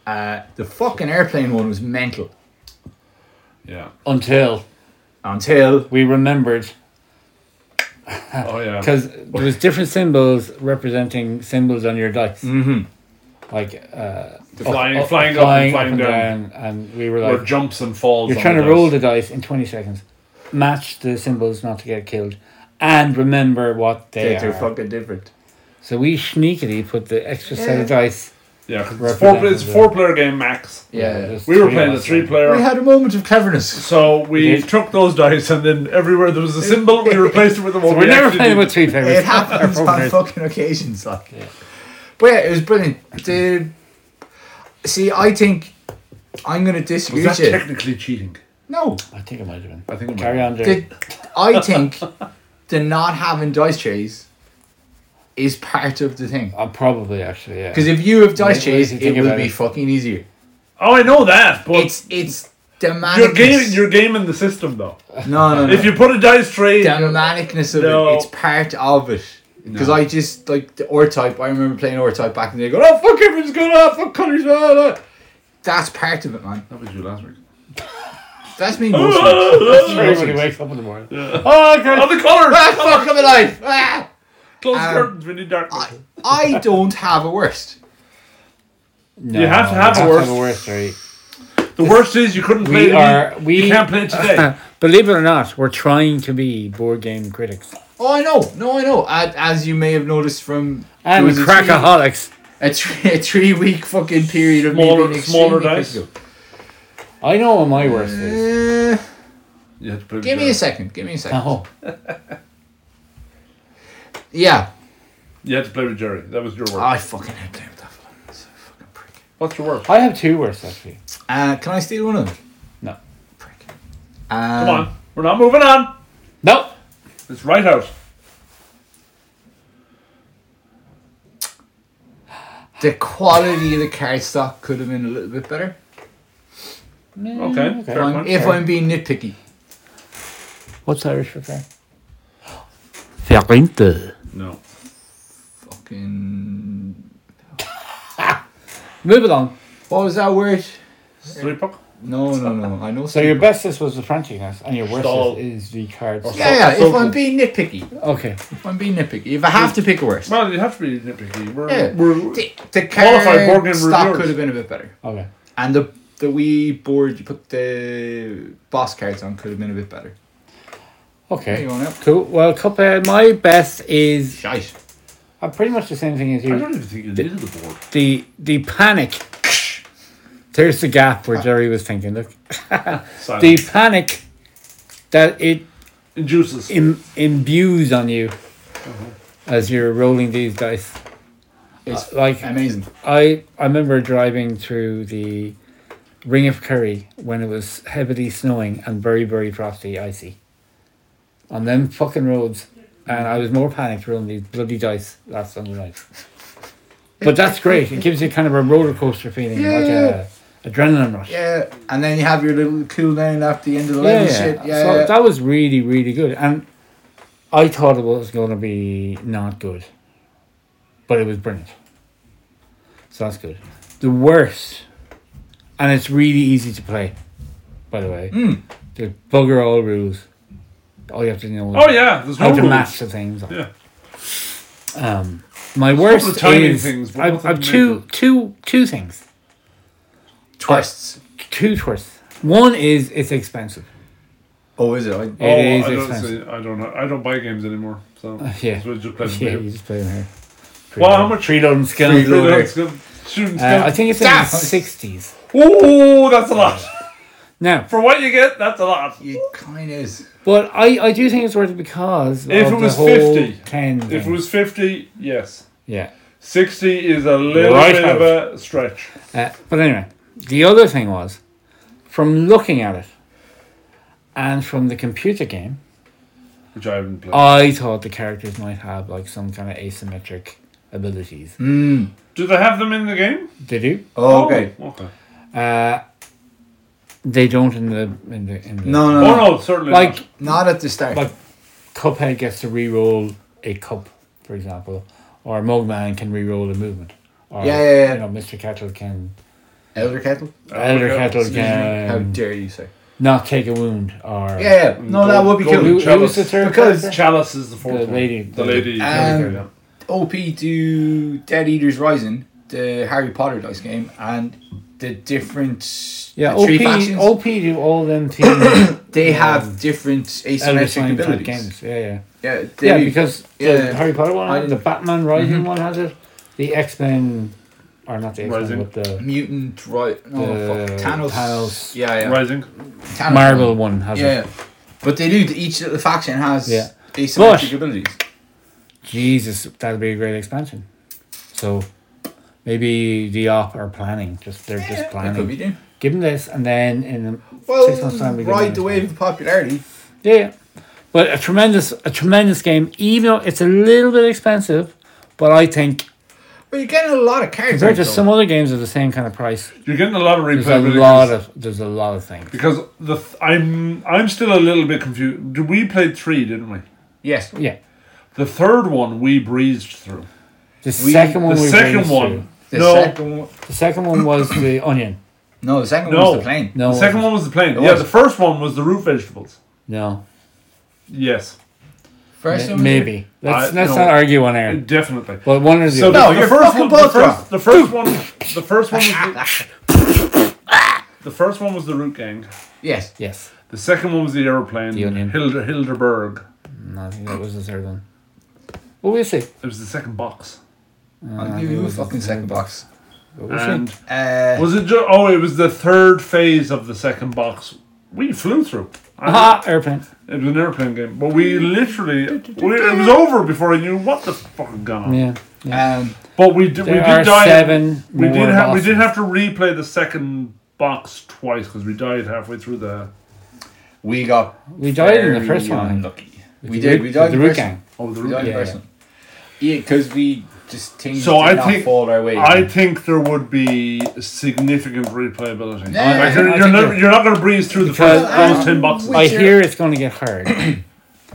S2: Uh, the fucking airplane one was mental
S3: Yeah.
S1: until
S2: until
S1: we remembered
S3: Oh yeah.
S1: because there was different symbols representing symbols on your dice,
S2: Mm-hmm.
S1: like uh,
S3: The flying, flying,
S1: flying
S3: up and flying down.
S1: and we were
S3: Or
S1: like,
S3: jumps and falls.
S1: you're
S3: on
S1: trying to
S3: the
S1: roll
S3: dice.
S1: the dice in 20 seconds, match the symbols not to get killed, and remember what they
S2: they're
S1: are.
S2: fucking different.
S1: So we sneakily put the extra set of
S2: Yeah.
S1: dice
S3: Yeah, 'cause it's four. pla- It's a four-player game max.
S2: Yeah.
S1: There's
S3: We were
S1: three of
S3: playing a
S1: us there.
S3: three-player.
S2: We had a moment of cleverness.
S3: So we
S1: did.
S3: took those dice, and then everywhere there was a symbol, we replaced it with the one.
S1: So
S3: we
S1: we're never
S3: actually
S1: playing
S3: did.
S1: with three players.
S2: It happens
S1: Our
S2: on
S1: partners.
S2: fucking occasions, like. But yeah, it was brilliant. The, see, I think I'm going to disagree
S3: Was that
S2: with you.
S3: technically cheating?
S2: No,
S1: I think it might have been.
S3: I think it
S1: Carry
S3: might.
S1: on, Jerry.
S2: the, I think the not having dice trays is part of the thing.
S1: I'm probably actually yeah.
S2: Because if you have dice
S1: Wait, wait,
S2: trays,
S1: think
S2: it will
S1: about
S2: be
S1: it.
S2: fucking easier.
S3: Oh, I know that, but
S2: It's it's the
S3: you're gaming.
S2: manicness.
S3: You're gaming the system, though.
S2: No, no, no.
S3: If you put a dice tray,
S2: the manicness of
S3: No.
S2: it, it's part of it. Because I just like the or type. I remember playing or type back in the day. Going, oh fuck, everyone's going, oh fuck, colors, blah, blah. That's part of it, man.
S3: that was you last week.
S2: That's me. most nights.
S1: Everybody wakes up in the morning. Oh god.
S3: Oh, the colours.
S2: ah, fuck, I'm alive. Ah.
S3: Close
S2: Um,
S3: curtains. We need darkness.
S2: I, I don't have a worst.
S1: No,
S3: You have to have a
S1: you
S3: worst.
S1: three.
S3: the worst is you couldn't play.
S1: We
S3: the game.
S1: are we
S3: you can't play it today.
S1: Believe it or not, we're trying to be board game critics
S2: Oh, I know. No, I know. As, as you may have noticed from there
S1: and
S2: was a
S1: crackaholics.
S2: three, a, three, a three week fucking period of
S3: Smaller-
S2: me being
S3: smaller
S2: extremely
S3: dice.
S2: critical.
S1: I know what my worst is.
S2: Uh,
S3: You had to play with
S2: give me
S3: your-
S2: a second. Give me a second.
S1: No,
S2: Yeah.
S3: You had to play with Jerry. That was your worst.
S2: I fucking hate playing with that one. It's a fucking prick.
S3: What's your worst?
S1: I have two worst actually.
S2: Uh, can I steal one of them?
S1: No,
S2: Prick. Uh,
S3: Come on, we're not moving on.
S1: no.
S3: It's right out.
S2: The quality of the cardstock could have been a little bit better.
S3: Okay, fair
S2: If I'm-
S3: point.
S2: Mm, if I'm being nitpicky.
S1: What's Irish for fair?
S5: Verinte.
S3: No.
S2: Fucking.
S1: Move along.
S2: What was that word?
S3: Three puck.
S2: No, no, no. I know.
S1: So your bestest was the Frenchiness, and your worstest
S3: Stall.
S1: is the cards.
S2: Yeah, yeah. If
S3: Social.
S2: I'm being nitpicky,
S1: Okay.
S2: if I'm being nitpicky, if I have to pick a worst.
S3: Well, you have to be nitpicky. We're,
S2: Yeah.
S3: we're,
S2: The, the
S3: Qualified board
S2: card
S3: game
S2: stock
S3: reviewers.
S2: could have been a bit better.
S1: Okay.
S2: And the the wee board you put the boss cards on could have been a bit better.
S1: Okay.
S2: Hang on up.
S1: Cool. Well, Cuphead, my best is
S2: Shite.
S1: uh, pretty much the same thing as
S3: I
S1: you.
S3: don't even think you needed the board.
S1: The the panic. There's the gap where Jerry was thinking. Look, the
S3: Silence.
S1: panic that it
S3: Induces.
S1: Im- imbues on you as you're rolling these dice.
S2: It's
S1: Like
S2: amazing.
S1: I, I remember driving through the Ring of Kerry when it was heavily snowing and very, very frosty, icy. On them fucking roads. And I was more panicked rolling these bloody dice last Sunday night. But that's great. It gives you kind of a roller coaster feeling, like
S2: Yeah.
S1: a adrenaline rush.
S2: Yeah, and then you have your little cool down after the end of the
S1: yeah,
S2: level
S1: yeah.
S2: shit. Yeah,
S1: so
S2: yeah.
S1: that was really, really good. And I thought it was going to be not good, but it was brilliant. So that's good. The worst, and it's really easy to play, by the way.
S3: Hmm.
S1: The bugger all rules. All you have to know is
S3: Oh yeah, there's no
S1: how to
S3: rules.
S1: match the things.
S3: Yeah.
S1: Um, my worst
S3: tiny
S1: is
S3: things, but
S1: I've,
S3: nothing
S1: I've two,
S3: major.
S1: two, two things.
S2: Twists.
S1: Two twists. One is it's expensive.
S2: Oh, is it? I,
S1: It is
S3: oh, I don't,
S1: expensive.
S3: see, I don't. know- I don't buy games anymore. So
S1: yeah.
S3: so we just play them
S1: Yeah,
S3: here.
S1: you just play them here.
S3: Well, how much?
S1: Freeloading skill.
S3: Three loads, good. Shooting
S1: Uh, I
S3: skill.
S1: think it's in the
S2: Yes.
S1: sixties.
S3: Oh, that's a lot.
S1: Now,
S3: For what you get, that's a lot.
S2: it kind of is.
S1: but I, I do think it's worth it because
S3: If
S1: of
S3: it
S1: the
S3: was
S1: whole
S3: 50,
S1: ten. Thing.
S3: If it was fifty, yes.
S1: yeah.
S3: Sixty is a little
S1: Right
S3: bit
S1: out.
S3: of a stretch.
S1: Uh, but anyway, the other thing was, from looking at it, and from the computer game,
S3: Which I haven't played.
S1: I thought the characters might have like some kind of asymmetric abilities.
S3: Mm. Do they have them in the game?
S1: They do.
S2: Hmm. Oh, okay.
S3: Oh, okay.
S1: Uh, they don't in the in the in the
S2: No, no,
S3: Oh
S2: no.
S3: no, certainly
S1: like
S3: not.
S2: Not at the start.
S1: Like- Cuphead gets to re-roll a cup, for example, or Mugman can re-roll a movement. Or,
S2: Yeah, yeah, yeah.
S1: You know, Mr. Kettle can,
S2: Elder Kettle?
S1: Elder Kettle
S2: How
S1: can
S2: dare you say?
S1: not take a wound, or
S2: Yeah, yeah. No, that would be
S3: Golden
S1: Who,
S2: cool.
S1: who was the third?
S2: Because-
S1: character?
S3: Chalice is the fourth
S1: The
S3: one.
S1: lady-
S3: The
S1: the-
S3: lady.
S2: Um, OP to Dead Eaters Rising, the Harry Potter dice game, and the different
S1: yeah,
S2: the three
S1: OP,
S2: factions.
S1: OP do all them teams.
S2: they have different
S1: Elder
S2: asymmetric
S1: Sign type
S2: abilities.
S1: games. Yeah, yeah,
S2: Yeah, they,
S1: yeah. Because
S2: yeah.
S1: the Harry Potter one,
S2: I-
S1: the Batman Rising one has it. The X Men or not the X
S3: Rising.
S1: Men, but the
S2: Mutant, right? Oh,
S1: The
S2: fuck. Thanos.
S1: Thanos.
S2: Yeah, yeah.
S3: Rising.
S2: Thanos.
S1: Marvel one has
S2: Yeah,
S1: it.
S2: yeah. But they do. Each little faction has
S1: Yeah.
S2: asymmetric
S1: But-
S2: abilities.
S1: Jesus, that'd be a great expansion. So maybe the op are planning. Just they're just
S2: That could be
S1: planning.
S2: doing.
S1: Give them this, and then in
S2: Well,
S1: six months time we give them
S2: ride
S1: this
S2: the
S1: one.
S2: wave of popularity.
S1: Yeah, yeah. But a tremendous, a tremendous game. Even though it's a little bit expensive, but I think
S2: But you're getting a lot of characters.
S1: compared to
S2: though.
S1: some other games of the same kind of price,
S3: You're getting a lot of
S1: there's a
S3: replayability.
S1: lot of there's a lot of things.
S3: because the th- I'm I'm still a little bit confused. Did we played three, didn't we?
S2: Yes.
S1: Yeah,
S3: The third one we breezed through.
S1: the second
S3: The
S1: one. we
S3: second
S1: raced
S3: one.
S1: through.
S2: The
S3: no,
S2: second one.
S1: The second one was the onion.
S2: No, the second
S3: No.
S2: one was the plane.
S1: No,
S3: the second one was the plane.
S2: It
S3: Yeah,
S2: was.
S3: the first one was the root vegetables.
S1: No,
S3: Yes,
S2: First
S1: M-
S2: one. was-
S1: maybe. Let's
S3: I-
S1: let's
S3: no.
S1: not argue on air.
S3: definitely.
S1: But one or the
S3: So
S1: other.
S2: No,
S3: the,
S2: you're
S3: the first
S2: fucking
S3: one,
S2: both
S3: the first, the first one, the first one, was the, the first one was the root gang.
S2: Yes.
S1: Yes,
S3: The second one was the airplane.
S1: The Onion.
S3: Hilder, Hilderberg.
S1: no, I think that was the third one. Well, we'll see.
S3: It was the second box.
S2: I'll give you a fucking second box.
S1: We'll see.
S3: And
S2: Uh,
S3: was it? Ju- oh, it was the third phase of the second box. We flew through. I-
S1: Ah, airplane.
S3: It was an airplane game, but we literally we, it was over before I knew what the fuck had gone on.
S1: Yeah,
S2: um,
S3: But we did we
S1: there
S3: did
S1: are
S3: die.
S1: seven.
S3: we
S1: more
S3: did have we did
S1: bosses.
S3: have to replay the second box twice because we died halfway through the.
S2: we got.
S1: We died in the
S2: very
S1: first one.
S2: Unlucky. We did. We died
S1: the
S2: in
S1: root
S2: the first
S1: gang.
S2: one.
S3: Oh, the
S2: We died in
S1: Yeah,
S2: the first one. Yeah, because we just things
S3: So
S2: did
S3: I
S2: not
S3: think-
S2: fall our way.
S3: I think there would be significant replayability.
S2: Yeah, I
S3: Like,
S2: think-
S3: you're,
S1: I
S3: you're
S1: think
S3: not,
S1: you're-
S3: you're not going to breeze through the
S1: Because
S3: first,
S1: I'm-
S3: first 10 boxes.
S1: I
S2: Which are-
S1: hear it's going to get hard. and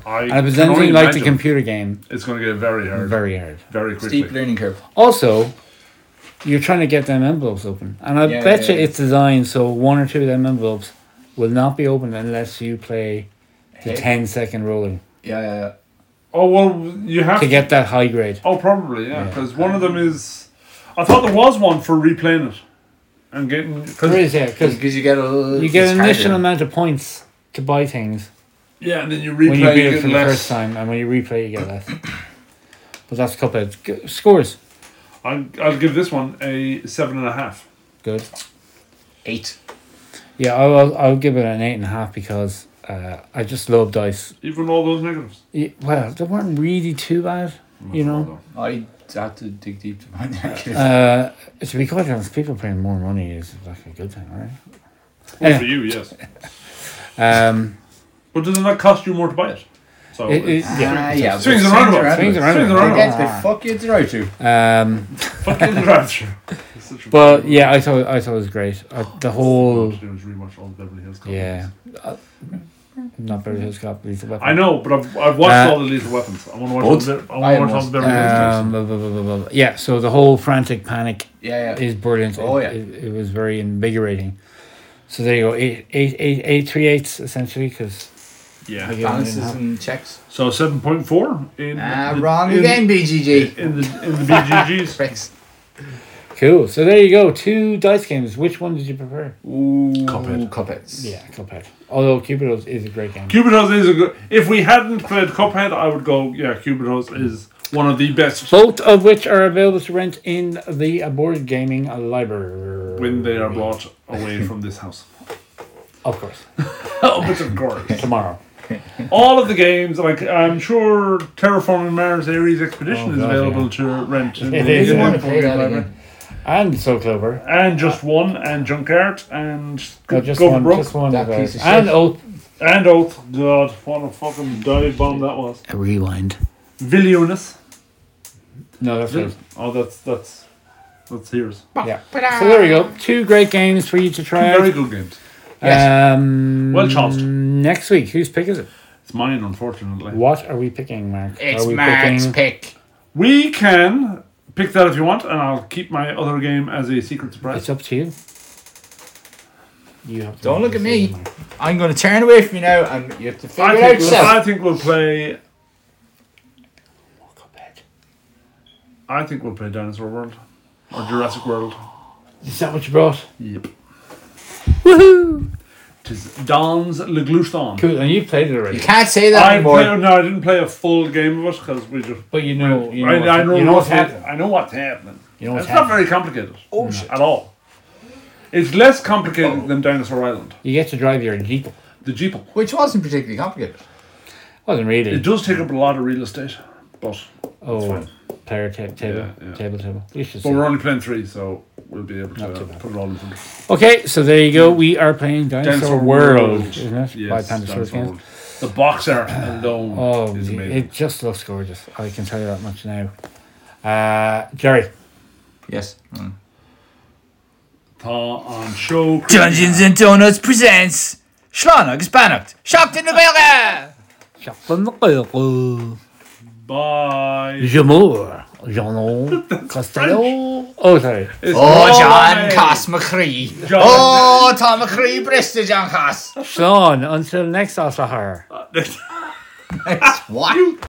S3: I
S1: if it's
S3: can only
S1: anything like the
S3: imagine
S1: computer game,
S3: it's going to get very hard,
S1: very hard.
S3: very quickly.
S2: Steep learning curve.
S1: Also, you're trying to get them envelopes open. And I
S2: Yeah,
S1: bet
S2: yeah,
S1: you
S2: yeah.
S1: it's designed so one or two of them envelopes will not be open unless you play the
S2: Hey.
S1: ten second 10 second rolling
S2: Yeah, yeah, yeah.
S3: Oh, well, you have
S1: to
S3: to.
S1: get that high grade.
S3: Oh, probably, yeah, because one of them is. I thought there was one for replaying it and getting. Cause,
S1: There is, yeah, because
S2: Because you get a
S1: you get
S2: it's
S1: an initial
S2: harder.
S1: amount of points to buy things
S3: Yeah, and then you
S1: when you
S3: replay,
S1: beat
S3: you
S1: it
S3: get
S1: for the
S3: less.
S1: first time, and when you replay, you get less. But that's a couple of g- scores.
S3: I'll, I'll give this one a seven and a half.
S1: Good.
S2: eight.
S1: Yeah, I'll, I'll- I'll give it an eight and a half because uh, I just love dice.
S3: Even with all those negatives.
S1: Y- Well, they weren't really too bad, you know.
S2: I had Oh, to dig deep to find that.
S1: Uh, to be quite honest, people paying more money is like a good thing, right?
S3: Well,
S1: Yeah.
S3: for you, yes.
S1: Um,
S3: But doesn't that cost you more to buy it? So
S1: it- it-
S3: it's
S2: Ah,
S1: yeah.
S2: yeah, but
S3: Swings and roundabouts.
S1: Swings and
S3: Swings and
S1: roundabouts.
S2: I
S3: roundabouts.
S2: guess the fuck you drive to.
S1: Um,
S3: Fucking drive-through. It's such a-
S1: but yeah, I thought I thought it was great. Uh, the
S3: All I
S1: whole
S3: have to do is rewatch all the Beverly Hills Cop
S1: yeah,
S3: movies.
S1: uh, not Beverly Hills Cop, Lethal Weapon.
S3: I know, but I've, I've watched
S1: Uh,
S3: all the Lethal Weapons. I want to watch, all
S2: Both?
S3: the, I
S2: I
S3: want to watch all the
S2: almost-
S3: Beverly Hills Cops.
S1: Um, blah, blah, blah, blah, blah. Yeah, so the whole frantic panic
S2: Yeah, yeah.
S1: is brilliant.
S2: Oh,
S1: it,
S2: yeah.
S1: it, it was very invigorating. So there you go, eight, eight, eight, eight, three eights essentially, because
S3: Yeah.
S2: Balances and checks.
S3: So 7.4 in,
S2: Ah,
S3: the,
S2: wrong
S3: in,
S2: again, BGG.
S3: in the in the BGGs.
S2: Pricks.
S1: Cool. So there you go, two dice games. Which one did you prefer?
S2: Ooh,
S3: Cuphead.
S2: Cupheads.
S1: Yeah, Cuphead. Although Cupidos is a great game.
S3: Cubitos is a good. If we hadn't played Cuphead, I would go. Yeah, Cubitos is one of the best
S1: Both of which are available to rent in the board gaming library.
S3: when they are brought away from this house.
S1: Of course.
S3: Oh, but of course.
S1: Tomorrow.
S3: All of the games, like I'm sure Terraforming Mars Ares
S1: Oh,
S3: Expedition is
S1: God,
S3: available
S1: yeah.
S3: to rent. in
S1: It
S3: the-
S1: is.
S2: You
S1: Yeah.
S2: want to play that again.
S1: And So Clover.
S3: And just one, and Junkyard, and
S1: No,
S3: Go
S1: just
S3: for
S1: one.
S3: Brook,
S1: Just one.
S2: That
S1: of our-
S2: piece of shit.
S1: and Oath.
S3: and Oath. God, what a fucking dive bomb that was.
S5: Rewind.
S3: Villianus.
S1: No, that's right.
S3: Oh, that's that's that's yours.
S1: Yeah. So there we go. Two great games for you to try
S3: Very
S1: out.
S3: good games.
S2: Yes.
S1: Um,
S3: Well chanced.
S1: Next week, whose pick is it?
S3: It's mine, unfortunately.
S1: What are we picking, Mark?
S2: It's
S1: are we
S2: Mark's
S1: picking
S2: pick.
S3: We can pick that if you want, and I'll keep my other game as a secret surprise.
S1: It's up to you. You have to
S2: Don't
S1: make
S2: look
S1: the
S2: at me.
S1: decision, Mark.
S2: I'm going to turn away from you now and you have to figure
S3: I
S2: it out
S3: think, we'll, I
S2: yourself.
S3: think we'll play.
S1: Oh, Cuphead.
S3: I think we'll play Dinosaur World or Jurassic World.
S1: Is that what you brought?
S3: Yep. Woohoo! Tis Don's Le Gluston.
S1: Cool. And you played it already.
S2: You can't say that
S3: I
S2: anymore.
S3: play, no, I didn't play a full game of it because we just.
S1: But you know, you know,
S3: I,
S1: what-
S3: I know,
S1: you know
S3: what's
S1: what's happening.
S3: I know what's happening.
S1: You know what's
S3: It's not
S1: happening.
S3: very complicated. Oh shit! At all. It's less
S1: Oh.
S3: complicated than Dinosaur Island.
S1: You get to drive your Jeep.
S3: The Jeep.
S2: Which wasn't particularly complicated.
S1: Wasn't really.
S3: It does take up a lot of real estate, but
S1: oh,
S3: fine.
S1: player ta- table,
S3: Yeah, yeah.
S1: table, table. You should
S3: but
S1: see.
S3: we're only playing three, so we'll be able
S1: Not
S3: to
S1: too
S3: uh,
S1: bad.
S3: put it all in front.
S1: Okay, so there you go. We are playing Dinosaur, World, isn't it?
S3: Yes,
S1: By Panda
S3: Dinosaur
S1: Source Games.
S3: World. The box art alone
S1: Oh,
S3: is amazing.
S1: it just looks gorgeous. I can tell you that much now. Uh, Jerry,
S2: Yes. Mm.
S3: Thaw on show.
S4: Dungeons and Donuts presents Schlanag Spanacht. Shocked in the Bega!
S3: Bye.
S1: Jamour, Jean Costello. Oh, sorry.
S2: Oh,
S3: Bye.
S2: John Cass McCree.
S3: John.
S2: Oh, Tom McCree, Bristol John Cass.
S1: Sean, until next Osahar.
S2: what?